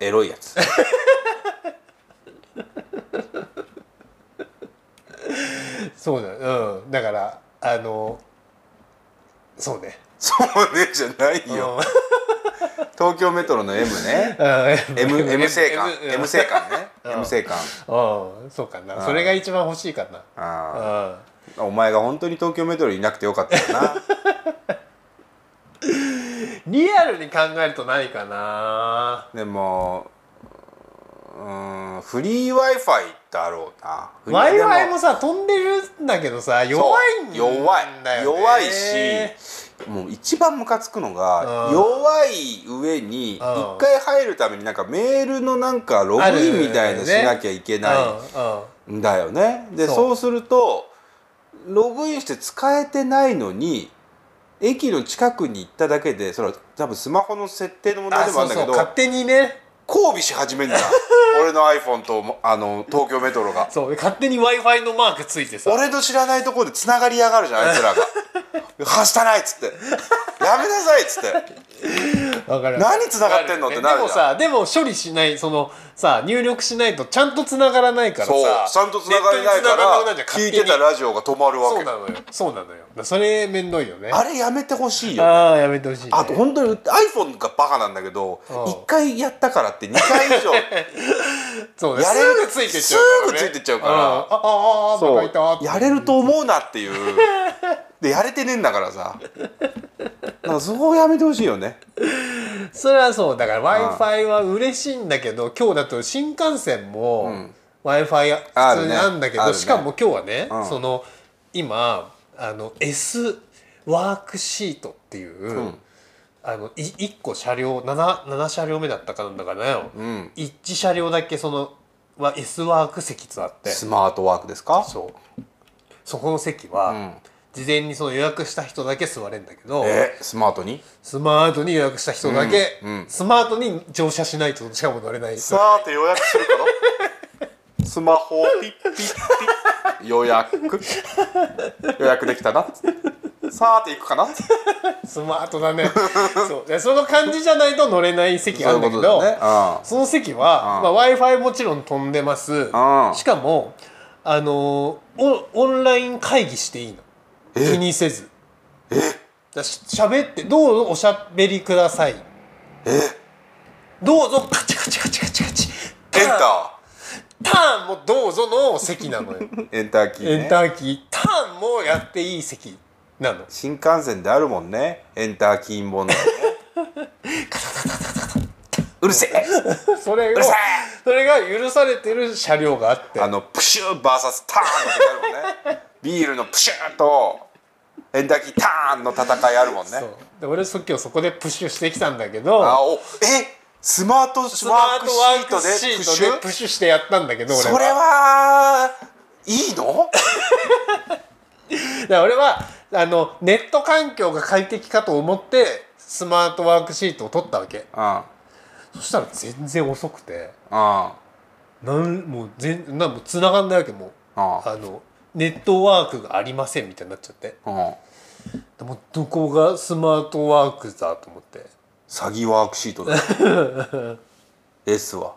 Speaker 1: エロいや つ
Speaker 2: そうだうんだからあのそうね
Speaker 1: そうねじゃないよ東京メトロの M ね M, M 星間 M 星間ね M 星間
Speaker 2: うんそうかなそれが一番欲しいかな
Speaker 1: あー
Speaker 2: あ
Speaker 1: お前が本当に東京メトロにいなくてよかったよな
Speaker 2: リアルに考えるとないかな
Speaker 1: でもうーんフリー w i f i だろうな
Speaker 2: w i f i
Speaker 1: で
Speaker 2: もさ飛んでるんだけどさ弱いんだよ、ね、
Speaker 1: 弱い弱いしもう一番ムカつくのが
Speaker 2: うん
Speaker 1: 弱い上に一回入るためになんかメールのなんかログ
Speaker 2: ある
Speaker 1: イ
Speaker 2: よ
Speaker 1: ン
Speaker 2: ね
Speaker 1: みたいのしなきゃいけな
Speaker 2: うんうん
Speaker 1: いんだよね。で
Speaker 2: そう
Speaker 1: そうするとログインして使えてないのに駅の近くに行っただけでそれは多分スマホの設定の問題
Speaker 2: あ
Speaker 1: でもあ
Speaker 2: そ
Speaker 1: る
Speaker 2: う
Speaker 1: だ
Speaker 2: んそ
Speaker 1: け
Speaker 2: う
Speaker 1: ど
Speaker 2: 勝手にね
Speaker 1: 交尾し始 めんだ俺の iPhone とあの東京メトロが。
Speaker 2: そう勝手に w i f i のマークついてさ
Speaker 1: 俺の知らないところで繋がりやがるじゃ んあいつらが「はしたない」っつって「やめなさい」っつって
Speaker 2: わかる
Speaker 1: 何繋がってんのってなるじゃん
Speaker 2: でもさでも処理しないそのさ入力しないとちゃんと繋がらないからさ
Speaker 1: そうちゃんと繋がりないか
Speaker 2: ネットに繋がんなく
Speaker 1: ら
Speaker 2: なっちゃう
Speaker 1: 聞いてたラジオが止まるわ
Speaker 2: そう
Speaker 1: け
Speaker 2: なのよそうなのよだからそれめんどいよね
Speaker 1: あれやめてほしいよ
Speaker 2: あーやめてほしい、ね、
Speaker 1: あと本当に iPhone がバカなんだけど
Speaker 2: うん
Speaker 1: 1回やったからって2回 以上
Speaker 2: そうね
Speaker 1: やれ
Speaker 2: す
Speaker 1: る
Speaker 2: ぐついてっちゃうから、ね、
Speaker 1: すぐついてっちゃうから
Speaker 2: んああああ
Speaker 1: そ
Speaker 2: バカいたーっ
Speaker 1: う
Speaker 2: て
Speaker 1: やれると思うなっていうでやれてねえんだからさなんかそこをやめてほしいよね
Speaker 2: それはそうだから w i f i は嬉しいんだけど今日だと新幹線も w i f i
Speaker 1: あ
Speaker 2: 普
Speaker 1: る
Speaker 2: 通
Speaker 1: ね
Speaker 2: なんだけ
Speaker 1: あ
Speaker 2: ど、
Speaker 1: るね
Speaker 2: しかも今日はね、
Speaker 1: うん
Speaker 2: その今あの S ワークシートっていう、あのい1個車両 7, 7車両目だったかなんだかな、
Speaker 1: ん
Speaker 2: 1車両だけそのは S ワーク席とあって
Speaker 1: スマートワークですか
Speaker 2: そうそこの席は、
Speaker 1: ん
Speaker 2: 事前にその予約した人だけ座れんだけど、
Speaker 1: えスマートに
Speaker 2: スマートに予約した人だけ、
Speaker 1: うんうん
Speaker 2: スマートに乗車しないとしかも乗れない
Speaker 1: さーて予約するかなスマホをピッピッピッ予約予約できたなさーて行くかな
Speaker 2: スマートだね そうでその感じじゃないと乗れない席があるんだけど
Speaker 1: そ
Speaker 2: そう
Speaker 1: いうことだねうん
Speaker 2: の席は、
Speaker 1: うん
Speaker 2: まあ、w i f i もちろん飛んでます、しかもあのーオオンライン会議していいの気にせずえししゃべってどうぞおしゃべりくださいどうぞカチカチカチカチカチ
Speaker 1: エンタ
Speaker 2: ターンもどうぞの席な のよ
Speaker 1: ーエンターキー、ね、
Speaker 2: エンターキーターンもやっていい席なの
Speaker 1: 新幹線であるもんねエンターキーン本のね うるせえ
Speaker 2: それ
Speaker 1: う
Speaker 2: を
Speaker 1: るせ
Speaker 2: それが許されてる車両があって
Speaker 1: あのプシュー VS ターンの時あるもんねビールのプシューとエンターキーターンの戦いあるもんね
Speaker 2: そうで俺そ今日そこでプッシュしてきたんだけど
Speaker 1: あおえスマートワークシ
Speaker 2: スマートワー
Speaker 1: ート
Speaker 2: ク
Speaker 1: で
Speaker 2: シ
Speaker 1: プ
Speaker 2: ー
Speaker 1: シュ
Speaker 2: ト
Speaker 1: ー
Speaker 2: でプッシュしてやったんだけど俺
Speaker 1: それはいいの
Speaker 2: だから俺はあのネット環境が快適かと思ってスマートワークシートを取ったわけ
Speaker 1: うん
Speaker 2: そしたら全然遅くて
Speaker 1: うん
Speaker 2: なんもう全なんもつながんないわけもう
Speaker 1: ああ
Speaker 2: あのネットワークがありませんみたいになっちゃって
Speaker 1: うん
Speaker 2: でもどこがスマートワークだと思って
Speaker 5: 詐欺ワークシートだ S は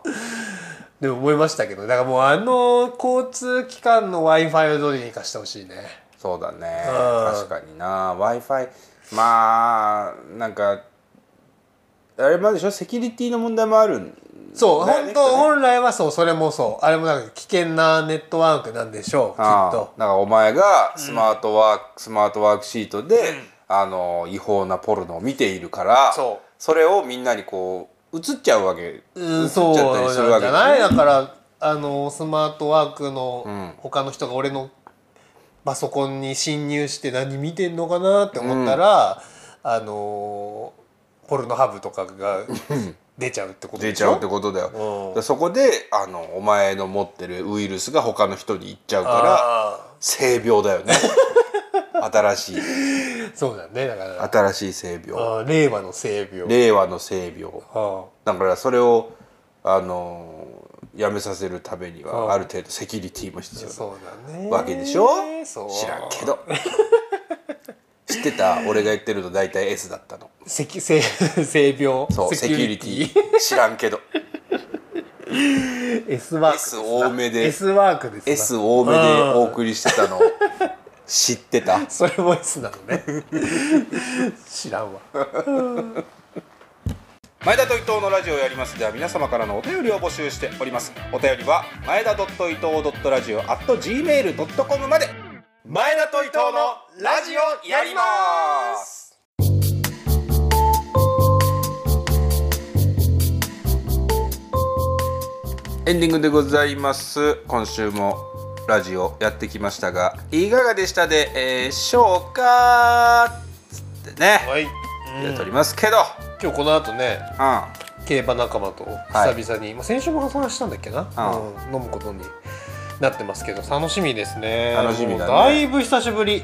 Speaker 2: で思いましたけどだからもうあの交通機関の w i f i をどうにかしてほしいね
Speaker 1: そうだね
Speaker 2: う
Speaker 1: 確
Speaker 2: ん
Speaker 1: かにな w i f i まあなんかあれまででしょセキュリティの問題もあるん
Speaker 2: そう
Speaker 1: だよ
Speaker 2: 本
Speaker 1: ね
Speaker 2: 当
Speaker 1: きっとね
Speaker 2: 本来はそうそれもそうあれもなんか危険なネットワークなんでしょうきっ
Speaker 1: ああ
Speaker 2: と
Speaker 1: なんかお前がスマートワーク、スマートワークシートで、あの違法なポルノを見ているから
Speaker 2: そう
Speaker 1: れをみんなにこう映っちゃうわけ、
Speaker 2: う
Speaker 1: 映っ
Speaker 2: ん
Speaker 1: ちゃ
Speaker 2: そ
Speaker 1: っ
Speaker 2: う
Speaker 1: たりする
Speaker 2: な
Speaker 1: わ
Speaker 2: ん
Speaker 1: け
Speaker 2: じゃないだからあのスマートワークの他の人が俺のパソコンに侵入して何見てんのかなって思ったら、あのポルノハブとか が出ちゃうってこと
Speaker 1: 出
Speaker 2: で
Speaker 1: ち
Speaker 2: し
Speaker 1: ゃ
Speaker 2: ょ
Speaker 1: うってことだよ、
Speaker 2: うん
Speaker 1: だからそこであのお前の持ってるウイルスが他の人に行っちゃうから
Speaker 2: あ
Speaker 1: 性病だよ ね新しい
Speaker 2: ーそうだねだから
Speaker 1: 新しい性病
Speaker 2: あー令和の性病
Speaker 1: 令和の性病
Speaker 2: あ
Speaker 1: だからそれをあのやめさせるためにはある程度セキュリティも必
Speaker 2: ー
Speaker 1: 要だ
Speaker 2: そうだね
Speaker 1: わけでしょ
Speaker 2: そう
Speaker 1: 知らんけど 知ってた俺が言ってるの大体 S だったの
Speaker 2: せ き性性病
Speaker 1: そうセキュリティ知らん けど
Speaker 2: S ワークです
Speaker 1: S 多めで
Speaker 2: S ワークですな
Speaker 1: S 多めでお送りしてたの知ってた
Speaker 2: それも S なのね 知らんわ
Speaker 1: 前田と伊藤のラジオをやりますでは皆様からのお便りを募集しておりますお便りは前田伊藤ラジオ at gmail.com まで前田と伊藤のラジオやりますエンディングでございます今週もラジオやってきましたがいかがでしたで、えーしょうかつってね
Speaker 2: はい
Speaker 1: 言っておりますけど、
Speaker 2: 今日この後ね
Speaker 1: うん
Speaker 2: 競馬仲間と
Speaker 1: い
Speaker 2: 久々に、まあ、先週も話したんだっけな、
Speaker 1: う
Speaker 2: うん飲むことになってますけど楽しみですね
Speaker 1: 楽しみだね
Speaker 2: もうだいぶ久しぶり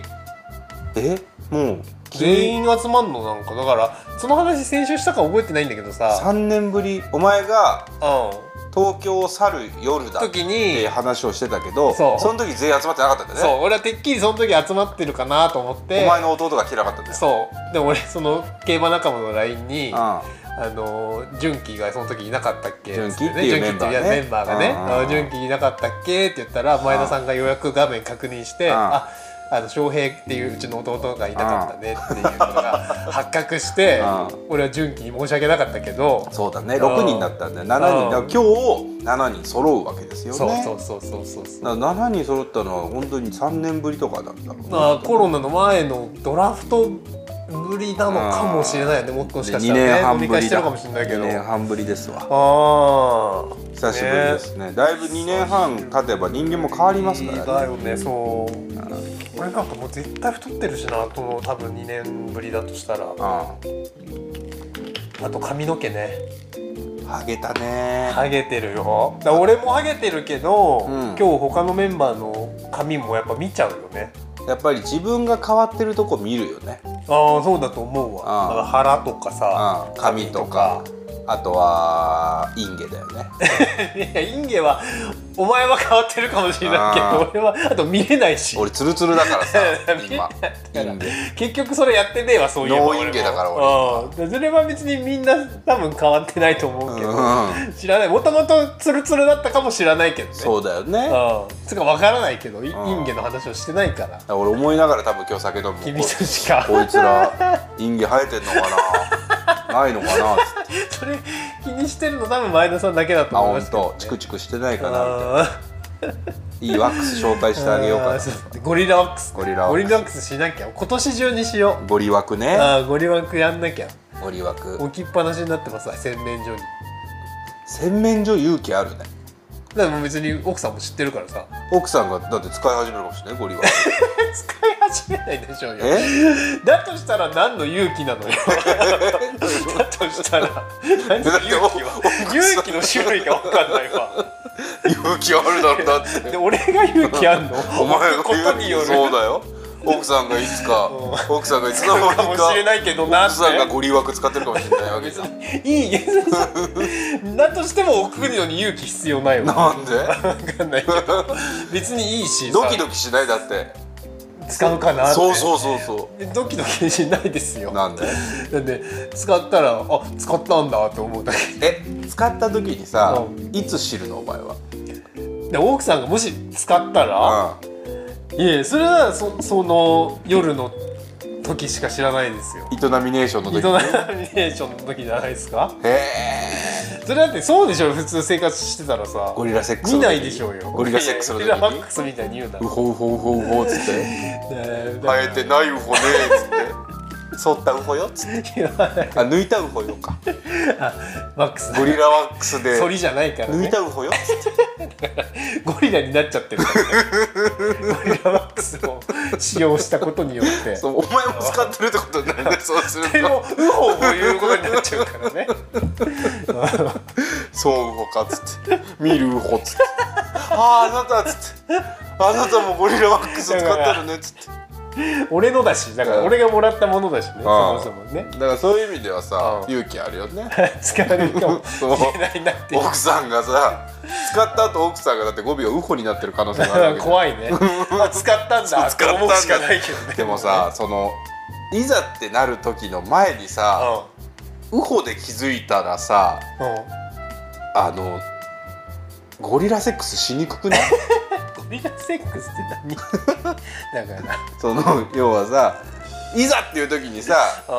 Speaker 1: えもう
Speaker 2: 全員集まんのなんかだからその話先週したか覚えてないんだけどさ
Speaker 1: 3年ぶりお前が
Speaker 2: う
Speaker 1: 東京を去る夜だ
Speaker 2: ん
Speaker 1: っ
Speaker 2: 時
Speaker 1: て
Speaker 2: に
Speaker 1: 話をしてたけど
Speaker 2: そう
Speaker 1: の時全員集まってなかったんだ
Speaker 2: そう
Speaker 1: ね
Speaker 2: 俺はてっきりその時集まってるかなと思って
Speaker 1: お前の弟が来てなかったんだよ
Speaker 2: そうでも俺その競馬仲間の LINE に
Speaker 1: あ
Speaker 2: あのー純喜がその時いなかったっけ
Speaker 1: 純喜っていうメンバーね
Speaker 2: 純喜っていうメンバーがね
Speaker 1: うんうんうん
Speaker 2: あの純喜いなかったっけって言ったら前田さんがようやく画面確認して
Speaker 1: ん
Speaker 2: ああの翔平っていううちの弟がいなかったねっていう のが発覚して
Speaker 1: うん
Speaker 2: 俺は純喜に申し訳なかったけど
Speaker 1: そうだね6人だったんだよ7人だ
Speaker 2: うん
Speaker 1: 今日7人揃うわけですよね
Speaker 2: そうそうそうそうそうそう
Speaker 1: だから7人揃ったのは本当に3年ぶりとかなんだろうね
Speaker 2: まあコロナの前のドラフトぶりなのかもしれないよねもしかし
Speaker 1: 2
Speaker 2: たらね
Speaker 1: 年半
Speaker 2: 飲
Speaker 1: ぶ
Speaker 2: み会
Speaker 1: り
Speaker 2: して
Speaker 1: だ
Speaker 2: るかもしれないけど
Speaker 1: 2年半ぶりですわ
Speaker 2: ああ
Speaker 1: 久しぶりですねだいぶ2年半経てば人間も変わりますからね
Speaker 2: だよねそう俺なんかもう絶対太ってるしなと思う多分2年ぶりだとしたら
Speaker 1: う
Speaker 2: あと髪の毛ね
Speaker 1: んハゲたね
Speaker 2: ハゲてるよだから俺もハゲてるけど、
Speaker 1: うん
Speaker 2: 今日他のメンバーの髪もやっぱ見ちゃうよね
Speaker 1: やっぱり自分が変わってるとこ見るよね
Speaker 2: ああそうだと思うわ
Speaker 1: ああ
Speaker 2: だから腹とかさ
Speaker 1: うん髪とかあとはインゲだよね
Speaker 2: いやインゲはお前は変わってるかもしれないけ
Speaker 1: ああ
Speaker 2: ど俺はあと見れないし
Speaker 1: 俺ツルツルだ からさ今
Speaker 2: から
Speaker 1: インゲ
Speaker 2: 結局それやってねえわそういう
Speaker 1: ノーインゲだから
Speaker 2: 俺もうんそれは別にみんな多分変わってないと思うけど、
Speaker 1: うん
Speaker 2: 知らないもともとツルツルだったかも知らないけどね
Speaker 1: そうだよね
Speaker 2: うんつうか分からないけどいイ
Speaker 1: ん
Speaker 2: ンゲの話をしてないから
Speaker 1: 俺思いながら多分今日酒飲む
Speaker 2: 君としか
Speaker 1: こいつらインゲ生えてんのかなないのかなっつって
Speaker 2: それ気にしてるの多分前田さんだけだと
Speaker 1: あ
Speaker 2: 思
Speaker 1: ほ
Speaker 2: いま
Speaker 1: ん
Speaker 2: すけど、ね、
Speaker 1: とチクチクしてないかな
Speaker 2: あ
Speaker 1: いいワックス紹介してあげようかな
Speaker 2: ーゴリラワックス
Speaker 1: ゴリラワックス
Speaker 2: ゴリラワックスしなきゃ今年中にしよ
Speaker 1: ゴリ枠
Speaker 2: う
Speaker 1: ね
Speaker 2: あーゴリワックやんなきゃ
Speaker 1: ゴリ枠
Speaker 2: 置きっぱなしになってますわ洗面所に
Speaker 1: 洗面所勇気あるね
Speaker 2: だからもう別に奥さんも知ってるからさ
Speaker 1: 奥さんがだって使い始めるかもしれないゴリ枠
Speaker 2: 使い始めないでしょうよ
Speaker 1: え
Speaker 2: だとしたら何の勇気なのよだとしたら何の勇気は勇気の種類が分かんないわ
Speaker 1: 勇気あるだろうなって
Speaker 2: で俺が勇気あんの
Speaker 1: お前が
Speaker 2: ことによる
Speaker 1: そうだよ奥さんがいつか
Speaker 2: う
Speaker 1: 奥さんがいつの間にか
Speaker 2: かもしれないけどな
Speaker 1: 奥
Speaker 2: って
Speaker 1: さんがご利枠使ってるかもしれないわけじゃん
Speaker 2: いい現実だとしても送るのに勇気必要ないよ
Speaker 1: なんで
Speaker 2: 分かんないけど別にいいしさ
Speaker 1: ドキドキしないだって
Speaker 2: 使うかなって
Speaker 1: そうそうそうそ
Speaker 2: ドキドキしないですよ
Speaker 1: うなんで
Speaker 2: なんで使ったらあ使ったんだって思うだけ
Speaker 1: え使った時にさ
Speaker 2: う
Speaker 1: いつ知るのお前は
Speaker 2: で奥さんがもし使ったら、いえそれはそその夜の時しか知らないですよ
Speaker 1: うん営みネーションの
Speaker 2: イ
Speaker 1: 時
Speaker 2: トナミネーションの時じゃないですか
Speaker 1: へ
Speaker 2: それだってそうでしょ普通生活してたらさ
Speaker 1: ーゴリラセックス
Speaker 2: 見
Speaker 1: の時
Speaker 2: ないでしょうよ
Speaker 1: ゴリラセックスの時
Speaker 2: ゴリラマ
Speaker 1: に
Speaker 2: ックスみたいに言うな
Speaker 1: ウホウホウホウホウっつって
Speaker 2: ね
Speaker 1: 生えてないウホねー っつって剃ったウホよっつって
Speaker 2: いや
Speaker 1: あ抜いたウホよか
Speaker 2: マックス
Speaker 1: ゴリラワックスで
Speaker 2: 反りじゃないから
Speaker 1: 抜い
Speaker 2: ね
Speaker 1: たウホよっつって
Speaker 2: ゴリラになっちゃってるからねゴリラマックスを使用したことによっ て
Speaker 1: そうお前も使ってるってことになるん だよそうする
Speaker 2: で
Speaker 1: と
Speaker 2: もウホウホ言うことになっちゃうからね
Speaker 1: そうウホかっつって見るウホっ つってあああなたっつってあなたもゴリラワックス使ってるねっつって
Speaker 2: 俺のだしだから俺がもらったものだしねそもそもね
Speaker 1: だからそういう意味ではさ
Speaker 2: うん
Speaker 1: 勇気あるよね
Speaker 2: 使われる かもしれないなっていう
Speaker 1: 奥さんがさ使った後奥さんがだって語尾がウホになってる可能性があるわけじゃん
Speaker 2: 怖いねあ使 ったんだ
Speaker 1: 使
Speaker 2: 使
Speaker 1: っ
Speaker 2: ったた
Speaker 1: んだ
Speaker 2: 思うしかないけどね
Speaker 1: でもさそのいざってなる時の前にさ
Speaker 2: う
Speaker 1: ウホで気づいたらさ
Speaker 2: んうん
Speaker 1: あのゴリラセックスしにくくない
Speaker 2: ゴリラセックスって何 だから
Speaker 1: その 要はさいざっていう時にさ
Speaker 2: う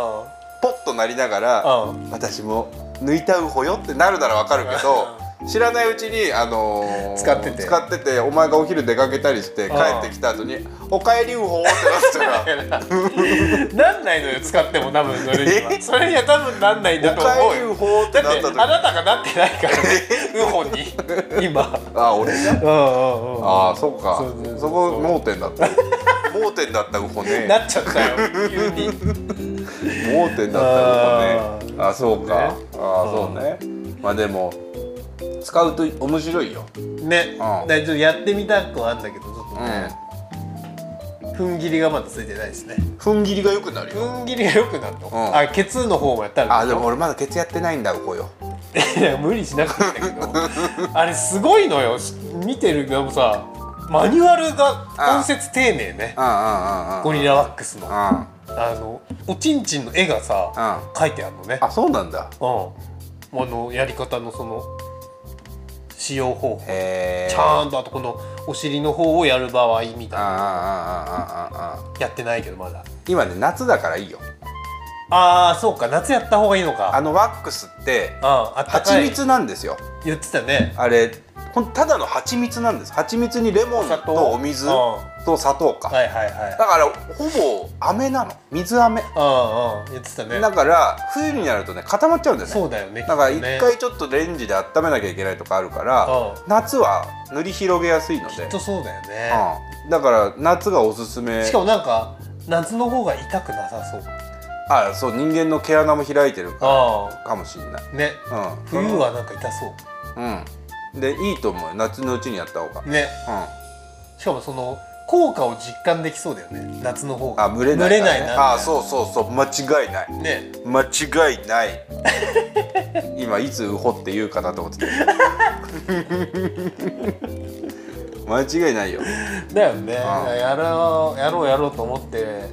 Speaker 1: ポッとなりながら
Speaker 2: んうん
Speaker 1: 私も抜いたウホよってなるならわかるけど知らないうちに、あのー
Speaker 2: 使ってて
Speaker 1: 使っててお前がお昼出かけたりして帰ってきた後に「おかえりウホ」って なってたら
Speaker 2: なんないのよ使っても多分それには
Speaker 1: え
Speaker 2: それには多分なんないんだ
Speaker 1: 「お
Speaker 2: と思
Speaker 1: か
Speaker 2: う
Speaker 1: えりウ
Speaker 2: よ
Speaker 1: ホ」って
Speaker 2: だっ
Speaker 1: なってた
Speaker 2: あ
Speaker 1: 時に
Speaker 2: なたがなってないからねウホに今
Speaker 1: 「 あ俺じゃん」
Speaker 2: うんうんうん
Speaker 1: ああそうか
Speaker 2: そうそうそう
Speaker 1: そこ盲点だった盲点だったウホね
Speaker 2: なっちゃったよ急に
Speaker 1: 盲点だったウホね
Speaker 2: あー
Speaker 1: あそうかあ
Speaker 2: そうね
Speaker 1: ーそうねまあでも使うと面白いよ
Speaker 2: ね、
Speaker 1: うん
Speaker 2: 大丈夫やってみたくはあるんだけどちょっとね、踏ん切りがまだついてないですね
Speaker 1: 踏ん切りが良くなるよ
Speaker 2: 踏ん切りが良くなるの、
Speaker 1: ん
Speaker 2: あケツの方もやったら
Speaker 1: あーでも俺まだケツやってないんだウホよ
Speaker 2: いや無理しなかった けどあれすごいのよし見てる側もさマニュアルが根節丁寧ね
Speaker 1: あ
Speaker 2: ゴリラワックスのあ
Speaker 1: あうん
Speaker 2: のおちんちんの絵がさ書いてあるのね
Speaker 1: あそうなんだ
Speaker 2: うんあのやり方のその使用方法
Speaker 1: へえ
Speaker 2: ちゃんとあとこのお尻の方をやる場合みたい
Speaker 1: あ
Speaker 2: な
Speaker 1: あああああああ
Speaker 2: やってないけどまだ
Speaker 1: 今ね夏だからいいよ
Speaker 2: ああそうか夏やった方がいいの
Speaker 1: あ
Speaker 2: か
Speaker 1: のワックスって
Speaker 2: あああったか
Speaker 1: 蜂
Speaker 2: い
Speaker 1: 蜜なんですよ
Speaker 2: 言ってたね
Speaker 1: あれほんただの蜂蜜なんです蜂蜜にレモン
Speaker 2: お砂糖
Speaker 1: とお水
Speaker 2: うん
Speaker 1: と砂糖か、
Speaker 2: はいはいはい
Speaker 1: だからほぼ飴なの水飴
Speaker 2: うんうん言ってたね
Speaker 1: だから冬になるとね固まっちゃうんだよね
Speaker 2: そうだよね
Speaker 1: だから
Speaker 2: きっ
Speaker 1: 一
Speaker 2: とね
Speaker 1: 回ちょっとレンジで温めなきゃいけないとかあるから、
Speaker 2: うん
Speaker 1: 夏は塗り広げやすいので、
Speaker 2: きっとそうだよね、
Speaker 1: うん、だから夏がおすすめ
Speaker 2: しかもなんか夏の方が痛くなさそう
Speaker 1: あそう人間の毛穴も開いてるか
Speaker 2: あ
Speaker 1: かもしんない、
Speaker 2: あね
Speaker 1: うん、
Speaker 2: 冬はなんか痛そう
Speaker 1: うんでいいと思うよ夏のうちにやった方が、うん、
Speaker 2: ねしかもその効果を実感できそうだよね夏の方が
Speaker 1: あ蒸れない、
Speaker 2: 蒸れないなみたいな
Speaker 1: あそうそうそう間違いない
Speaker 2: ね
Speaker 1: 間違いない 今いつウホって言うかなと思って た間違いないよだ
Speaker 2: だよね
Speaker 1: ああ
Speaker 2: やろうやろうやろうと思って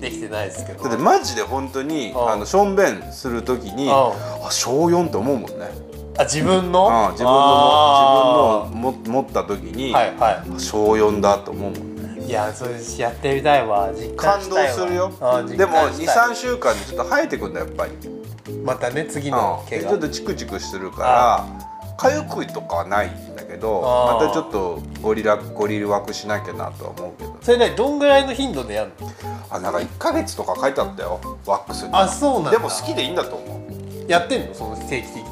Speaker 2: できてないですけど
Speaker 1: ってマジで本当に
Speaker 2: ああ
Speaker 1: あのしょんべんする時に
Speaker 2: あ
Speaker 1: あ小4って思うもんね
Speaker 2: あ自分の
Speaker 1: ああ自分のも
Speaker 2: あ
Speaker 1: 自分のも持った時に、
Speaker 2: あはいは
Speaker 1: 小4だと思うもんね
Speaker 2: いいやそれやってみたいわ実感
Speaker 1: 感
Speaker 2: し
Speaker 1: 動
Speaker 2: たいわ
Speaker 1: するよ
Speaker 2: ああ実
Speaker 1: でも
Speaker 2: 感したい
Speaker 1: 23週間でちょっと生えてくんだよやっぱり
Speaker 2: またね次の
Speaker 1: うん
Speaker 2: 毛
Speaker 1: でち
Speaker 2: が
Speaker 1: ょっとチクチクしてるから痒くとかはないんだけど
Speaker 2: あ
Speaker 1: ま
Speaker 2: ー
Speaker 1: たちょっとゴリラゴリラ枠しなきゃなとは思うけど
Speaker 2: それねどんぐらいの頻度でやるの
Speaker 1: あなんか1ヶ月とか書いてあったよワックスに
Speaker 2: あそうなんだ
Speaker 1: でも好きでいいんだと思う
Speaker 2: やってんのその定期的に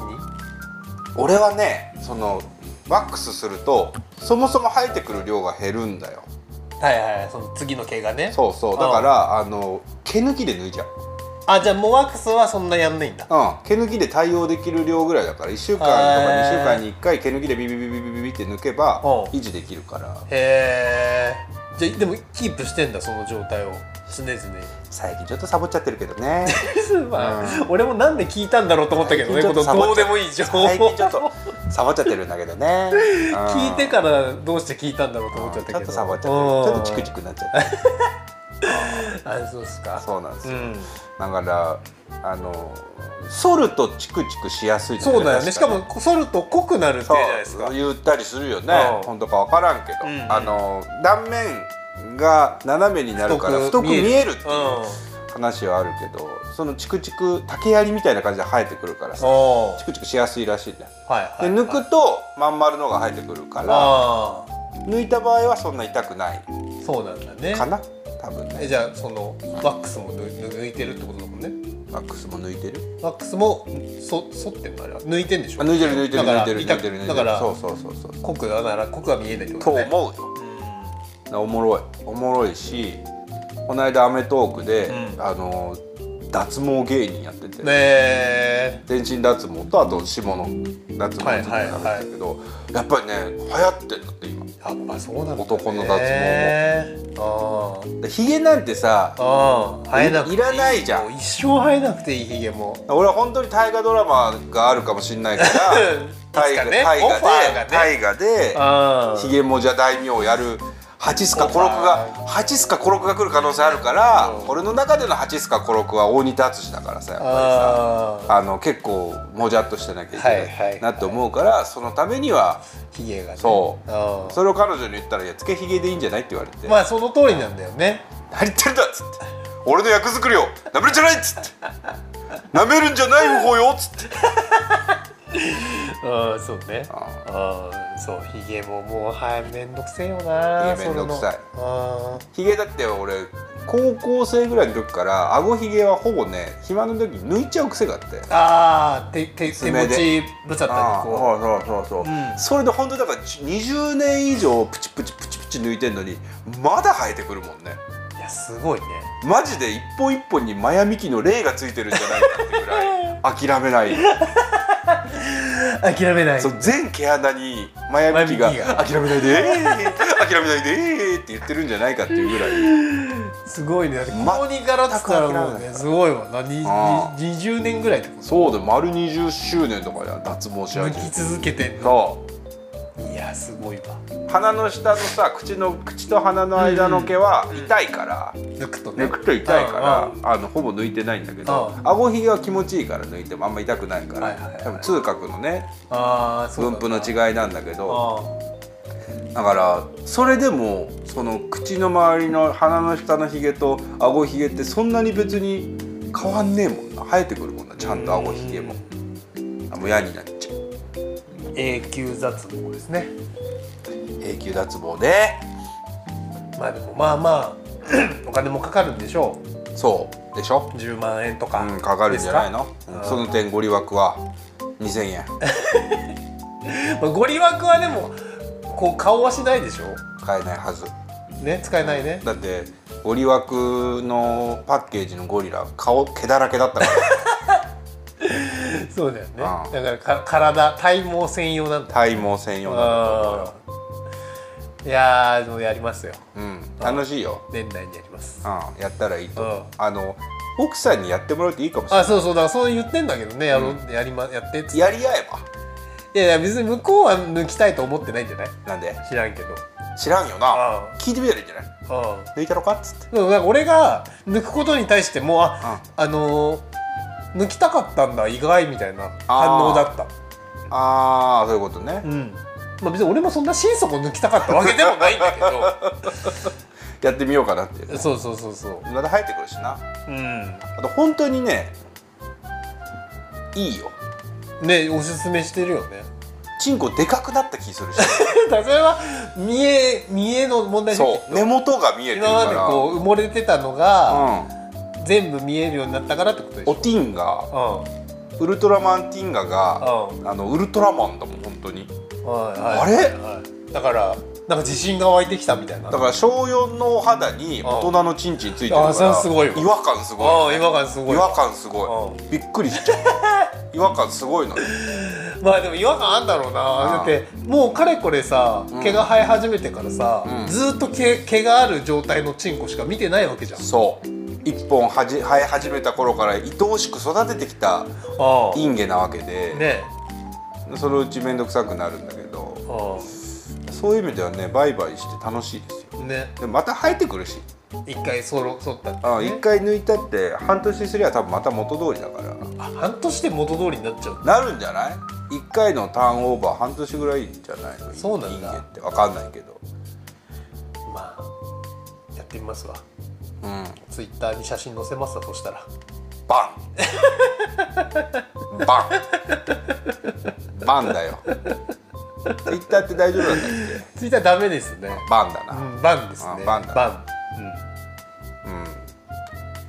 Speaker 1: 俺はねそのワックスするとそもそも生えてくる量が減るんだよ
Speaker 2: はいはいその次の毛がね
Speaker 1: そうそうだからあの毛抜きで抜いちゃう
Speaker 2: あじゃあもうワックスはそんなやんないんだ
Speaker 1: うん、毛抜きで対応できる量ぐらいだから1週間とか
Speaker 2: へ
Speaker 1: 2
Speaker 2: ー
Speaker 1: 週間に1回毛抜きでビビビビビビビって抜けば
Speaker 2: うん
Speaker 1: 維持できるから
Speaker 2: へえじゃあでもキープしてんだその状態を常々
Speaker 1: 最近ちょっとサボっちゃってるけどね
Speaker 2: まあ、俺もなんで聞いたんだろうと思ったけどね
Speaker 1: 最
Speaker 2: こ
Speaker 1: 近ちょ
Speaker 2: の
Speaker 1: っとサボっ
Speaker 2: どうでもいい情報
Speaker 1: 最近ちょっとサボっちゃってるんだけどね、うん
Speaker 2: 聞いてからどうして聞いたんだろうと思っちゃった
Speaker 1: ち
Speaker 2: けど
Speaker 1: ょっとサボっちゃってるちょっとチクチ
Speaker 2: ク
Speaker 1: クになっちゃってる
Speaker 2: あそうですか
Speaker 1: そうなんです
Speaker 2: う
Speaker 1: よ、
Speaker 2: ん
Speaker 1: だからあの剃るとチクチクしやすいじゃない
Speaker 2: そうだよねし
Speaker 1: 確
Speaker 2: かも剃ると濃くなるって
Speaker 1: そう
Speaker 2: 言うじゃないですか
Speaker 1: 言ったりするよね
Speaker 2: うん
Speaker 1: 本当か分からんけど、
Speaker 2: うんうん
Speaker 1: あの断面が斜めになるから太く見えるっていう
Speaker 2: うん
Speaker 1: 話はあるけどそのチクチク竹槍みたいな感じで生えてくるからさ
Speaker 2: おー
Speaker 1: チクチクしやすいらしいんだよ
Speaker 2: はい
Speaker 1: で
Speaker 2: はいはい
Speaker 1: 抜くとまん丸のが生えてくるから
Speaker 2: あ
Speaker 1: 抜いた場合はそんな痛くない
Speaker 2: ーそうなんだね
Speaker 1: かな多分ね
Speaker 2: えじゃあそのワックスもぬ抜いてるってことだもんね
Speaker 1: マックスも抜いてる
Speaker 2: ワックスもそ剃ってんのあれは抜いてんでし
Speaker 1: あ
Speaker 2: ょ
Speaker 1: 抜いてる抜いてる
Speaker 2: だから
Speaker 1: 抜いてる
Speaker 2: 痛
Speaker 1: 抜い
Speaker 2: く
Speaker 1: てる抜い
Speaker 2: だ
Speaker 1: て
Speaker 2: か
Speaker 1: る
Speaker 2: ら
Speaker 1: そうそうそうそう
Speaker 2: 濃くだから濃くは見えないってこと
Speaker 1: と
Speaker 2: だ
Speaker 1: 思
Speaker 2: ね
Speaker 1: うよおもろいおもろいしこの間『アメトークで』
Speaker 2: うん
Speaker 1: あの脱毛芸人やってて、
Speaker 2: ねえ
Speaker 1: 全身脱毛とあと下の脱毛
Speaker 2: は
Speaker 1: や
Speaker 2: い
Speaker 1: って
Speaker 2: はいはい
Speaker 1: たんだけど、やっぱりね流行ってんだって今
Speaker 2: やっぱそうなんだね
Speaker 1: 男の脱
Speaker 2: 毛も
Speaker 1: でヒゲなんてさ
Speaker 2: あーあー生えなくてい
Speaker 1: いらないじゃん
Speaker 2: もう一生生えなくていいヒゲも
Speaker 1: 俺は本当に大河ドラマがあるかもしれ ないから大河、
Speaker 2: いつかね
Speaker 1: 大
Speaker 2: オファーが
Speaker 1: 河
Speaker 2: ね
Speaker 1: で大河で
Speaker 2: ああ
Speaker 1: ひげもじゃ大名をやる八須賀
Speaker 2: オ
Speaker 1: コ
Speaker 2: ファ
Speaker 1: ロ
Speaker 2: ー
Speaker 1: クが八須賀コロクが来る可能性あるから
Speaker 2: うん
Speaker 1: 俺の中での八須賀コロクは大仁田淳だからさやっぱりさ
Speaker 2: ああ
Speaker 1: あの結構もじゃっとしてなきゃいけ
Speaker 2: はい
Speaker 1: な
Speaker 2: はい
Speaker 1: いなって思うからそのためには
Speaker 2: ヒゲがね
Speaker 1: そう
Speaker 2: あー
Speaker 1: それを彼女に言ったら「いやつけひげでいいんじゃない?」って言われて「
Speaker 2: まあその通りなんだよね
Speaker 1: 何言ってんだ」っつって「俺の役作りをなめるんじゃない!」っつって「なめるんじゃない方よ」っつって
Speaker 2: ああそうね
Speaker 1: あ
Speaker 2: ああそうヒゲももうはいめんどくせえよな
Speaker 1: ヒゲめんどくさい
Speaker 2: それのあ
Speaker 1: ひげだって俺高校生ぐらいの時から顎ひげはほぼね暇の時に抜いちゃう癖があって。
Speaker 2: ーあー手手手
Speaker 1: 爪
Speaker 2: 持
Speaker 1: で
Speaker 2: ちぶちゃった
Speaker 1: ああ
Speaker 2: りこ
Speaker 1: そうそうそうそう、
Speaker 2: うん
Speaker 1: それで本当だから20年以上プチプチプチプチ抜いてんのにまだ生えてくるもんね
Speaker 2: ういやすごいね
Speaker 1: マジで一本一本にマヤミキの霊がついてるんじゃないかってぐらい諦めない
Speaker 2: 諦めない
Speaker 1: そう全毛穴にマヤミキが
Speaker 2: マヤミキ
Speaker 1: 「
Speaker 2: が
Speaker 1: 諦めない でー諦めないでー」って言ってるんじゃないかっていうぐらい
Speaker 2: すごいねだって高2からっつったらもう
Speaker 1: 全く諦め
Speaker 2: ね
Speaker 1: ない
Speaker 2: すごいわなにに
Speaker 1: あ
Speaker 2: 20年ぐらいってこと
Speaker 1: そうで丸20周年とかや脱毛し始
Speaker 2: 抜
Speaker 1: めて
Speaker 2: き続けてんの
Speaker 1: そう
Speaker 2: いやすごいわ
Speaker 1: 鼻の下のさ口の口と鼻の間の毛は痛いから、
Speaker 2: 抜くとね
Speaker 1: 抜くと痛いか
Speaker 2: うん
Speaker 1: らあのほぼ抜いてないんだけど
Speaker 2: うん
Speaker 1: 顎ひげは気持ちいいから抜いてもあんま痛くないから、
Speaker 2: はいはいはい
Speaker 1: 多分痛覚のね
Speaker 2: ああそう
Speaker 1: 分布の
Speaker 2: い
Speaker 1: 違いなんだけど
Speaker 2: あ
Speaker 1: だからそれでもその口の周りの鼻の下のひげと顎ひげってそんなに別に変わんねえもんな生えてくるもんなちゃんと顎ひげもあもう嫌になっちゃう
Speaker 2: ー永久雑毛ですね
Speaker 1: 永久脱毛で
Speaker 2: まあでもまあ まあお金もかかるんでしょ
Speaker 1: そうでしょ
Speaker 2: う10万円とか、
Speaker 1: うん、かかるんじゃないの
Speaker 2: か
Speaker 1: うん
Speaker 2: うん
Speaker 1: その点ゴリ枠は2000円
Speaker 2: まあ、ゴリ枠はでもこう顔はしないでしょ
Speaker 1: 買えないはず
Speaker 2: ね使えないね
Speaker 1: だってゴリ枠のパッケージのゴリラ顔毛だらけだったから
Speaker 2: そうだよね
Speaker 1: ああ
Speaker 2: だからか体体毛専用なんだ
Speaker 1: 体毛専用な
Speaker 2: ああいやーでもやりますよ
Speaker 1: うん楽しいよ、
Speaker 2: 年内にやります
Speaker 1: うん、やったらいいと思う
Speaker 2: うん
Speaker 1: あの奥さんにやってもらうっていいかもしれ
Speaker 2: あそうそうだからそう言ってんだけどねやろう、やりまやってっつってい
Speaker 1: ないやり合えば
Speaker 2: やいや別に向こうは抜きたいと思ってないんじゃない
Speaker 1: なんで
Speaker 2: 知らんけど
Speaker 1: 知らんよ
Speaker 2: あ
Speaker 1: な
Speaker 2: あ
Speaker 1: 聞いてみたらいいんじゃない
Speaker 2: うん
Speaker 1: 抜いたのかっつって
Speaker 2: でもなんか俺が抜くことに対してもうあ、あのー抜きたかったんだ意外みたいな反応だった
Speaker 1: ああそういうことね
Speaker 2: うんまあ別に俺もそんな心底抜きたかったわけでもないんだけど
Speaker 1: やってみようかなっていうね
Speaker 2: そうそうそうそう
Speaker 1: また生えてくるしな
Speaker 2: うん
Speaker 1: あと本当にねいいよ
Speaker 2: ねおすすめしてるよ ね
Speaker 1: チンコでかくなった気する し
Speaker 2: だからそれは見え見えの問題じゃん
Speaker 1: そう根元が見えてるか
Speaker 2: 今
Speaker 1: ら
Speaker 2: までこう埋もれてたのが、全部見えるようになったからってこと
Speaker 1: う
Speaker 2: でし
Speaker 1: ん、お
Speaker 2: ょ
Speaker 1: ティンガ
Speaker 2: うん
Speaker 1: ウルトラマンティンガが、
Speaker 2: う
Speaker 1: あのウルトラマンだもん本当に
Speaker 2: はいはい
Speaker 1: あれ
Speaker 2: はいだからなんか自信が湧いてきたみたいな
Speaker 1: だから小4のお肌に大人のチンチンついてるから
Speaker 2: あそれはすごいわ
Speaker 1: 違和感すごい
Speaker 2: ああ違和感すごい
Speaker 1: 違和感すごい
Speaker 2: うん
Speaker 1: びっくりしちゃう違和感すごいのよ
Speaker 2: まあでも違和感あんだろうなだってもうかれこれさ毛が生え始めてからさ、ずっと毛毛がある状態のチンコしか見てないわけじゃん
Speaker 1: そう一本はじ生え始めた頃から愛おしく育ててきた
Speaker 2: あ
Speaker 1: インゲなわけで、
Speaker 2: ね
Speaker 1: そのうち面倒くさくなるんだけど
Speaker 2: あ
Speaker 1: そういう意味ではねバイバイして楽しいですよ
Speaker 2: ね
Speaker 1: でまた生えてくるし
Speaker 2: 一回そろそった
Speaker 1: あ
Speaker 2: ね
Speaker 1: 一回抜いたって半年すりゃ多分また元通りだから
Speaker 2: あ半年で元通りになっちゃう
Speaker 1: なるんじゃない一回のターンオーバー半年ぐらいじゃないの
Speaker 2: そうなんだ
Speaker 1: 人間ってわかんないけど
Speaker 2: まあやってみますわ
Speaker 1: うん
Speaker 2: ツイッターに写真載せますわそしたら
Speaker 1: バンバンバンだよツイッターって大丈夫なんだっけ
Speaker 2: ツイッターダメですね
Speaker 1: バンだ
Speaker 2: う
Speaker 1: な、
Speaker 2: んバンですね
Speaker 1: あバンだ
Speaker 2: バ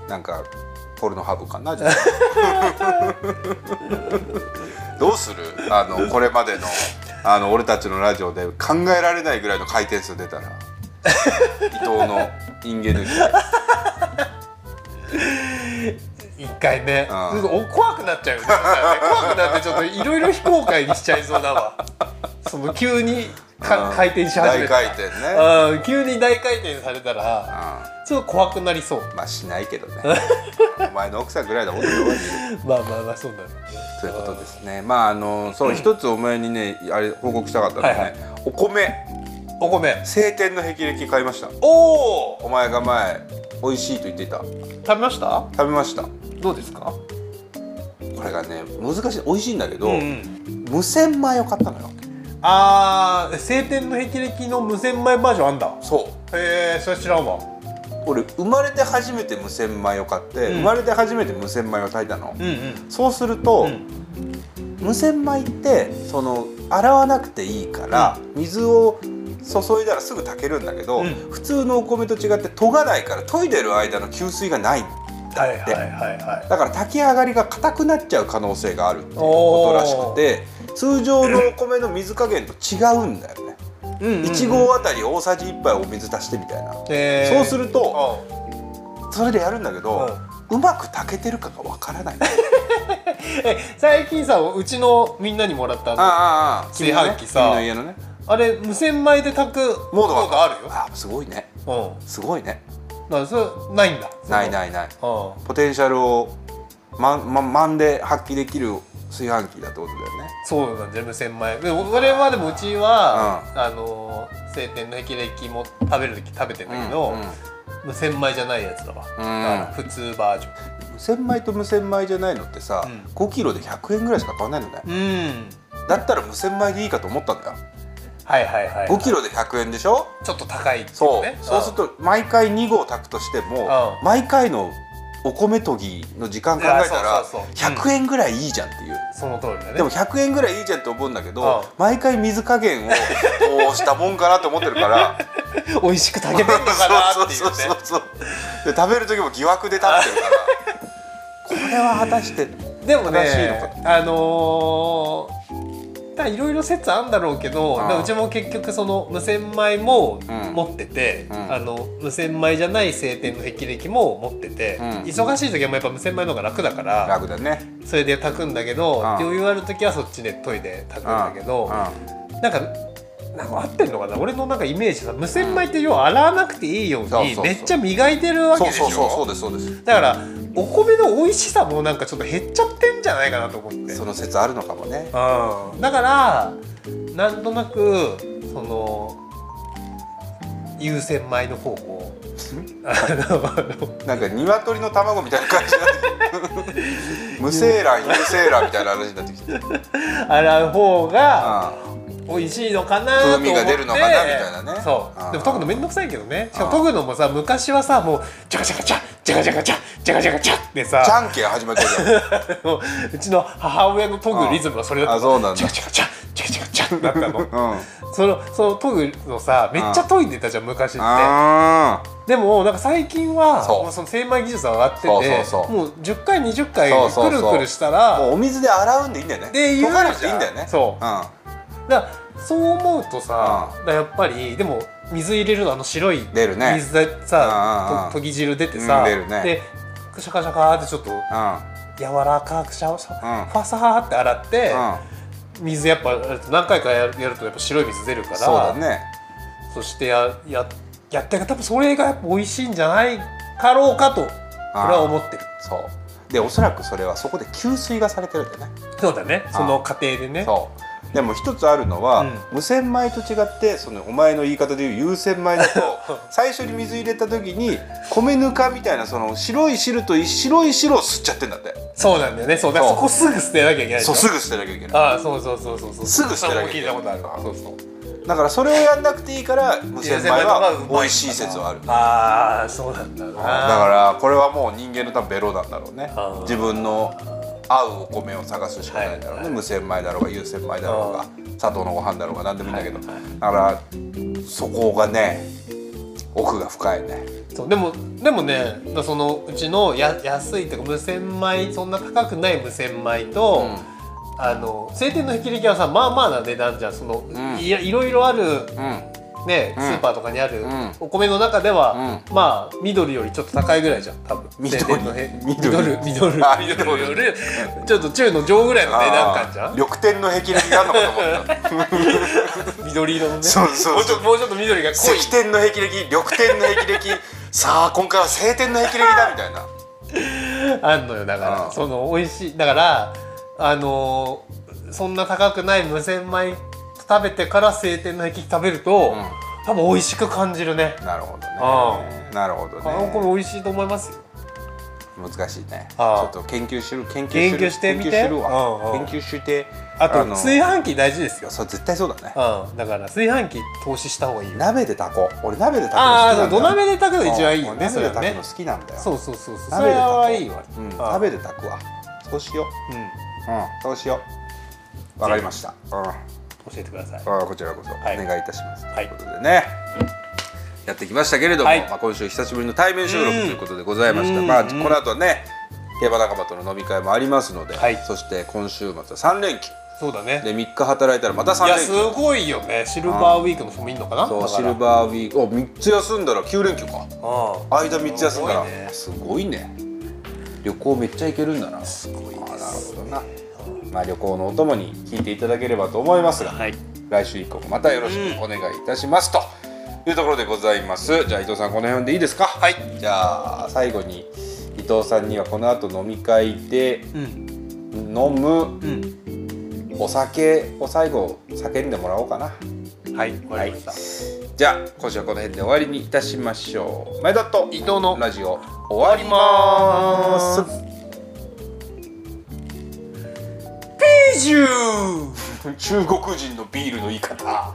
Speaker 1: なんかポルノハブかなじゃあ どうするあのこれまでのあの俺たちのラジオで考えられないぐらいの回転数出たら伊藤のインゲ抜き
Speaker 2: ン一回ねち
Speaker 1: うん
Speaker 2: ょっとお怖くなっちゃうよねだからね怖くなってちょっといろいろ非公開にしちゃいそうだわその急に か回転し始め
Speaker 1: 大
Speaker 2: た
Speaker 1: 回転ね
Speaker 2: うん急に大回転されたら
Speaker 1: う
Speaker 2: ちょっと怖くなりそうん
Speaker 1: まあしないけどねお前の奥さんぐらいだもんね
Speaker 2: まあまあまあそうだね
Speaker 1: ということですねまああのそう一つお前にねあれ報告したかったのはね、
Speaker 2: はい
Speaker 1: お米
Speaker 2: お米
Speaker 1: 晴天の霹靂買いました
Speaker 2: おお
Speaker 1: お前が前美味しいと言っていた食
Speaker 2: 食べまし
Speaker 1: べ
Speaker 2: た
Speaker 1: ましたこ
Speaker 2: どうですか
Speaker 1: れがね難しい美味しいんだけど、
Speaker 2: うん
Speaker 1: 無洗米を買ったのよ
Speaker 2: あー晴天の霹靂の無洗米バージョンあんだ
Speaker 1: そう
Speaker 2: へえそれ知らんわ
Speaker 1: 俺生まれて初めて無洗米を買って、生まれて初めて無洗米を炊いたの、
Speaker 2: うんうん
Speaker 1: そうすると、
Speaker 2: うん
Speaker 1: 無洗米ってその洗わなくていいから、水を注いだらすぐ炊けるんだけど、
Speaker 2: うん
Speaker 1: 普通のお米と違って研がないから研いでる間の給水がない
Speaker 2: はいはいはいは
Speaker 1: だから炊き上がりが硬くなっちゃう可能性があるっていうことらしくて通常のお米の水加減と違うんだよね。
Speaker 2: いうんうんうん
Speaker 1: 1合あたり大さじ1杯お水足してみたいな、
Speaker 2: へー
Speaker 1: そうすると
Speaker 2: うん
Speaker 1: それでやるんだけど、うまく炊けてるかがわからない
Speaker 2: え最近さうちのみんなにもらったの
Speaker 1: あ
Speaker 2: あ
Speaker 1: あああ
Speaker 2: 炊飯器さ
Speaker 1: 君の家のね
Speaker 2: れ無洗米で炊く
Speaker 1: モ
Speaker 2: モ
Speaker 1: ー
Speaker 2: ー
Speaker 1: ド
Speaker 2: ド
Speaker 1: が
Speaker 2: があるよ
Speaker 1: あすごいね
Speaker 2: うん
Speaker 1: すごいね
Speaker 2: だからそれないんだ
Speaker 1: ない
Speaker 2: い
Speaker 1: ないない
Speaker 2: うん
Speaker 1: ポテンシャルをまま満で発揮できる炊飯器だってことだよね
Speaker 2: そうなんですよ無洗米でも俺はでもうちは、あのー晴天の霹靂も食べる時食べてんだけ
Speaker 1: う
Speaker 2: ど、
Speaker 1: んうん
Speaker 2: 無洗米じゃないやつだわ、だから普通バージョ
Speaker 1: 無洗米と無洗米じゃないのってさ、
Speaker 2: うん
Speaker 1: 5キロで100円ぐらいしか買わないのね、
Speaker 2: ンうん
Speaker 1: だったら無洗米でいいかと思ったんだよ
Speaker 2: はいはいはい
Speaker 1: 5キロで100円でしょ
Speaker 2: ちょっと高いってい
Speaker 1: そう、
Speaker 2: ね
Speaker 1: そうすると毎回2合炊くとしても、
Speaker 2: う
Speaker 1: 毎回のお米研ぎの時間考え
Speaker 2: いや
Speaker 1: たら
Speaker 2: そうそうそううん
Speaker 1: 100円ぐらいいいじゃんっていう、
Speaker 2: その通りだね
Speaker 1: でも100円ぐらいいいじゃんって思うんだけど、
Speaker 2: うん
Speaker 1: 毎回水加減をどうしたもんかなって思ってるから
Speaker 2: 美味しく炊けてんのかなっていう
Speaker 1: そうそう
Speaker 2: ね
Speaker 1: そうそうで食べる時も疑惑で立ってるからこれは果たして
Speaker 2: でも
Speaker 1: 正しいのか
Speaker 2: ねあのーだいろいろ説あんだろうけど
Speaker 1: うん
Speaker 2: だからうちも結局その無洗米も
Speaker 1: うん
Speaker 2: 持ってて、
Speaker 1: うん
Speaker 2: あの無洗米じゃない晴天の霹靂も持ってて、
Speaker 1: うん
Speaker 2: 忙しい時はもうやっぱ無洗米の方が楽だから
Speaker 1: 楽だね
Speaker 2: それで炊くんだけど、
Speaker 1: ん
Speaker 2: 余裕ある時はそっちで研いで炊くんだけど、
Speaker 1: うん
Speaker 2: なんかなんか合ってんのかな俺のなんかイメージさ無洗米って要は洗わなくていいよう
Speaker 1: そうそう
Speaker 2: に
Speaker 1: そう
Speaker 2: めっちゃ磨いてるわけ
Speaker 1: そ
Speaker 2: で
Speaker 1: う
Speaker 2: しょ
Speaker 1: そうそうそうですそうです
Speaker 2: だからお米の美味しさもなんかちょっと減っちゃってんじゃないかなと思って
Speaker 1: その説あるのかもね
Speaker 2: うんだからなんとなくその優先米の方をあのあの
Speaker 1: なんか鶏の卵みたいな感じになって きて無精卵有精卵みたいな話になってきて、うん、
Speaker 2: 洗う方が
Speaker 1: あ
Speaker 2: 美味しいのかなと思って
Speaker 1: 風味が出るのかなみたいなね
Speaker 2: そう
Speaker 1: うん
Speaker 2: でも研ぐのめんどくさいけどねしかも
Speaker 1: うん
Speaker 2: 研ぐのもさ昔はさもうジャカジャカジャジャカジャカジャジャカジャカジャって
Speaker 1: じ
Speaker 2: さ
Speaker 1: ゃんけん始まってるじゃん
Speaker 2: うちの母親の研ぐリズムはそれだ
Speaker 1: あ
Speaker 2: ったの
Speaker 1: そうなん
Speaker 2: ジャ
Speaker 1: だ
Speaker 2: カジャカジャジャカジャカジャだったの
Speaker 1: うん
Speaker 2: そのその研ぐのさめっちゃ研いでたじゃん昔って
Speaker 1: あ
Speaker 2: でもなんか最近は
Speaker 1: そう
Speaker 2: もうその精米技術が上がってて
Speaker 1: そうそうそう
Speaker 2: もう10回20回
Speaker 1: そうそうそ
Speaker 2: く
Speaker 1: う
Speaker 2: るくるした
Speaker 1: あも
Speaker 2: ら
Speaker 1: うお水で洗うんでいいんだよね
Speaker 2: で
Speaker 1: 溶かなくていい
Speaker 2: 言
Speaker 1: ん
Speaker 2: うじ
Speaker 1: だ
Speaker 2: ゃん
Speaker 1: よね
Speaker 2: そう
Speaker 1: う
Speaker 2: だからそう思うとさ、だからやっぱりでも水入れるのあの白い
Speaker 1: 出るね
Speaker 2: 水で
Speaker 1: うんうんう
Speaker 2: さ
Speaker 1: ん
Speaker 2: と研ぎ汁出てさ、
Speaker 1: うん出るね
Speaker 2: でシャカシャカってちょっと
Speaker 1: んうん
Speaker 2: 柔らかくシャワシャ
Speaker 1: うん
Speaker 2: ファサーって洗って、水やっぱ何回かやるやるとやっぱ白い水出るから
Speaker 1: そうだね
Speaker 2: そしてやややって多分それがやっぱ美味しいんじゃないかろうかとこれは思ってる
Speaker 1: そうでおそらくそれはそこで給水がされてるんだよね
Speaker 2: そうだねその過程でね
Speaker 1: そうでも一つあるのは、
Speaker 2: うん
Speaker 1: 無洗米と違ってそのお前の言い方で言う有洗米だと 最初に水入れた時に米ぬかみたいなその白い汁と白い汁を吸っちゃってんだって
Speaker 2: そうなんだよねそうだから
Speaker 1: そう
Speaker 2: そこすぐ捨てなきゃいけないでし
Speaker 1: そ
Speaker 2: ょ
Speaker 1: うすぐ捨てなきゃいけない
Speaker 2: ああそうそうそうそうそう
Speaker 1: すぐ捨てなきゃい
Speaker 2: 聞
Speaker 1: け
Speaker 2: い
Speaker 1: ない
Speaker 2: たことあるそうそう
Speaker 1: だからそれをやんなくていいから無洗米は美味しい説はあるだ
Speaker 2: ああそうなんだなだ
Speaker 1: からこれはもう人間の多分ベロなんだろうね
Speaker 2: あー
Speaker 1: 自分の合うお米を探すしかないんだろうね、
Speaker 2: はい
Speaker 1: 無洗米だろうが有洗米だろう
Speaker 2: あ
Speaker 1: が砂糖のご飯だろうが何でもいいんだけど、だからそこがね奥が深いね
Speaker 2: そうでもでもねだそのうちのや安いというか無洗米そんな高くない無洗米と、あの晴天の霹靂はさまあまあな値段じゃんその、
Speaker 1: ん
Speaker 2: いやいろいろある、
Speaker 1: うん
Speaker 2: ね
Speaker 1: うん
Speaker 2: スーパーとかにある
Speaker 1: ん
Speaker 2: お米の中では、まあ緑よりちょっと高いぐらいじゃん多分
Speaker 1: 緑
Speaker 2: 晴天のへ
Speaker 1: 緑
Speaker 2: 緑緑
Speaker 1: あ
Speaker 2: 緑よりちょっと中の上ぐらいの値段感じゃ
Speaker 1: あー
Speaker 2: ん
Speaker 1: 緑天の壁になるのか と思った
Speaker 2: 緑色のね
Speaker 1: そうそうそう
Speaker 2: もうちょっともうちょっと緑が濃い
Speaker 1: 石天の霹靂緑天の霹靂さあ今回は晴天の霹靂だみたいな
Speaker 2: あんのよだから、
Speaker 1: うん
Speaker 2: その美味しいだからあのーそんな高くない無洗米食べてから晴天の霹靂食べると、
Speaker 1: うん
Speaker 2: 多分美味しく感じるね
Speaker 1: なるほどね
Speaker 2: あ
Speaker 1: なるほど
Speaker 2: あの
Speaker 1: ね
Speaker 2: 米美味しいと思いますよ
Speaker 1: 難しいねち
Speaker 2: あ
Speaker 1: ょ
Speaker 2: あ
Speaker 1: っと研究しる研究
Speaker 2: 研
Speaker 1: する
Speaker 2: 究してみて
Speaker 1: 研究するわ
Speaker 2: うんうん
Speaker 1: 研究して
Speaker 2: あと
Speaker 1: の
Speaker 2: 炊飯器大事ですよ、
Speaker 1: そう絶対そうだね
Speaker 2: うん、だから炊飯器投資した方がいいよ
Speaker 1: 鍋で炊こう俺鍋で炊くの好き
Speaker 2: ああ
Speaker 1: なんだ
Speaker 2: 土鍋で炊くの一番いいよ
Speaker 1: うん
Speaker 2: ね
Speaker 1: 俺
Speaker 2: そ
Speaker 1: 鍋で
Speaker 2: れ
Speaker 1: 炊
Speaker 2: は
Speaker 1: く
Speaker 2: ね
Speaker 1: の好きなんだよ
Speaker 2: そうそうそうそうそ
Speaker 1: 鍋
Speaker 2: れ
Speaker 1: で炊こう
Speaker 2: はいいわ、
Speaker 1: うん
Speaker 2: ああ
Speaker 1: 鍋で炊くわそうしよう
Speaker 2: うん
Speaker 1: うんそうしようわかりましたうん
Speaker 2: 教えてください
Speaker 1: あーこちらこそ、
Speaker 2: はい
Speaker 1: お願いいたします、
Speaker 2: はい
Speaker 1: ということでねやってきましたけれども、
Speaker 2: はい
Speaker 1: まあ、今週久しぶりの対面収録ということでございました、
Speaker 2: うん
Speaker 1: まあ、
Speaker 2: うん
Speaker 1: この後ね競馬仲間との飲み会もありますので、
Speaker 2: はい
Speaker 1: そして今週末は3連休
Speaker 2: そうだね
Speaker 1: で3日働いたらまた3
Speaker 2: いや
Speaker 1: 連
Speaker 2: す
Speaker 1: 休
Speaker 2: ごいよねシルバーウィークの人もいんのかな
Speaker 1: そう
Speaker 2: だから
Speaker 1: シルバーウィークお3つ休んだら9連休か
Speaker 2: うん
Speaker 1: 間3つ休んだらす
Speaker 2: す
Speaker 1: ごいね旅行めっちゃ行けるんだなす
Speaker 2: ごいですね
Speaker 1: なるほどな、まあ、旅行のお供に聞いていただければと思いますが、
Speaker 2: はい
Speaker 1: 来週以降もまたよろしくお願いいたします、というところでございますじゃあ伊藤さんこの辺でいいですかはいじゃあ最後に伊藤さんにはこの後飲み会で
Speaker 2: うん
Speaker 1: 飲む
Speaker 2: うん
Speaker 1: お酒を最後叫んでもらおうかな
Speaker 2: はいわかりました、
Speaker 1: じゃあ今週はこの辺で終わりにいたしましょう前田と伊
Speaker 2: 伊藤の
Speaker 1: ラジオ終わります
Speaker 2: ジュー
Speaker 1: 中国人のビールの言い方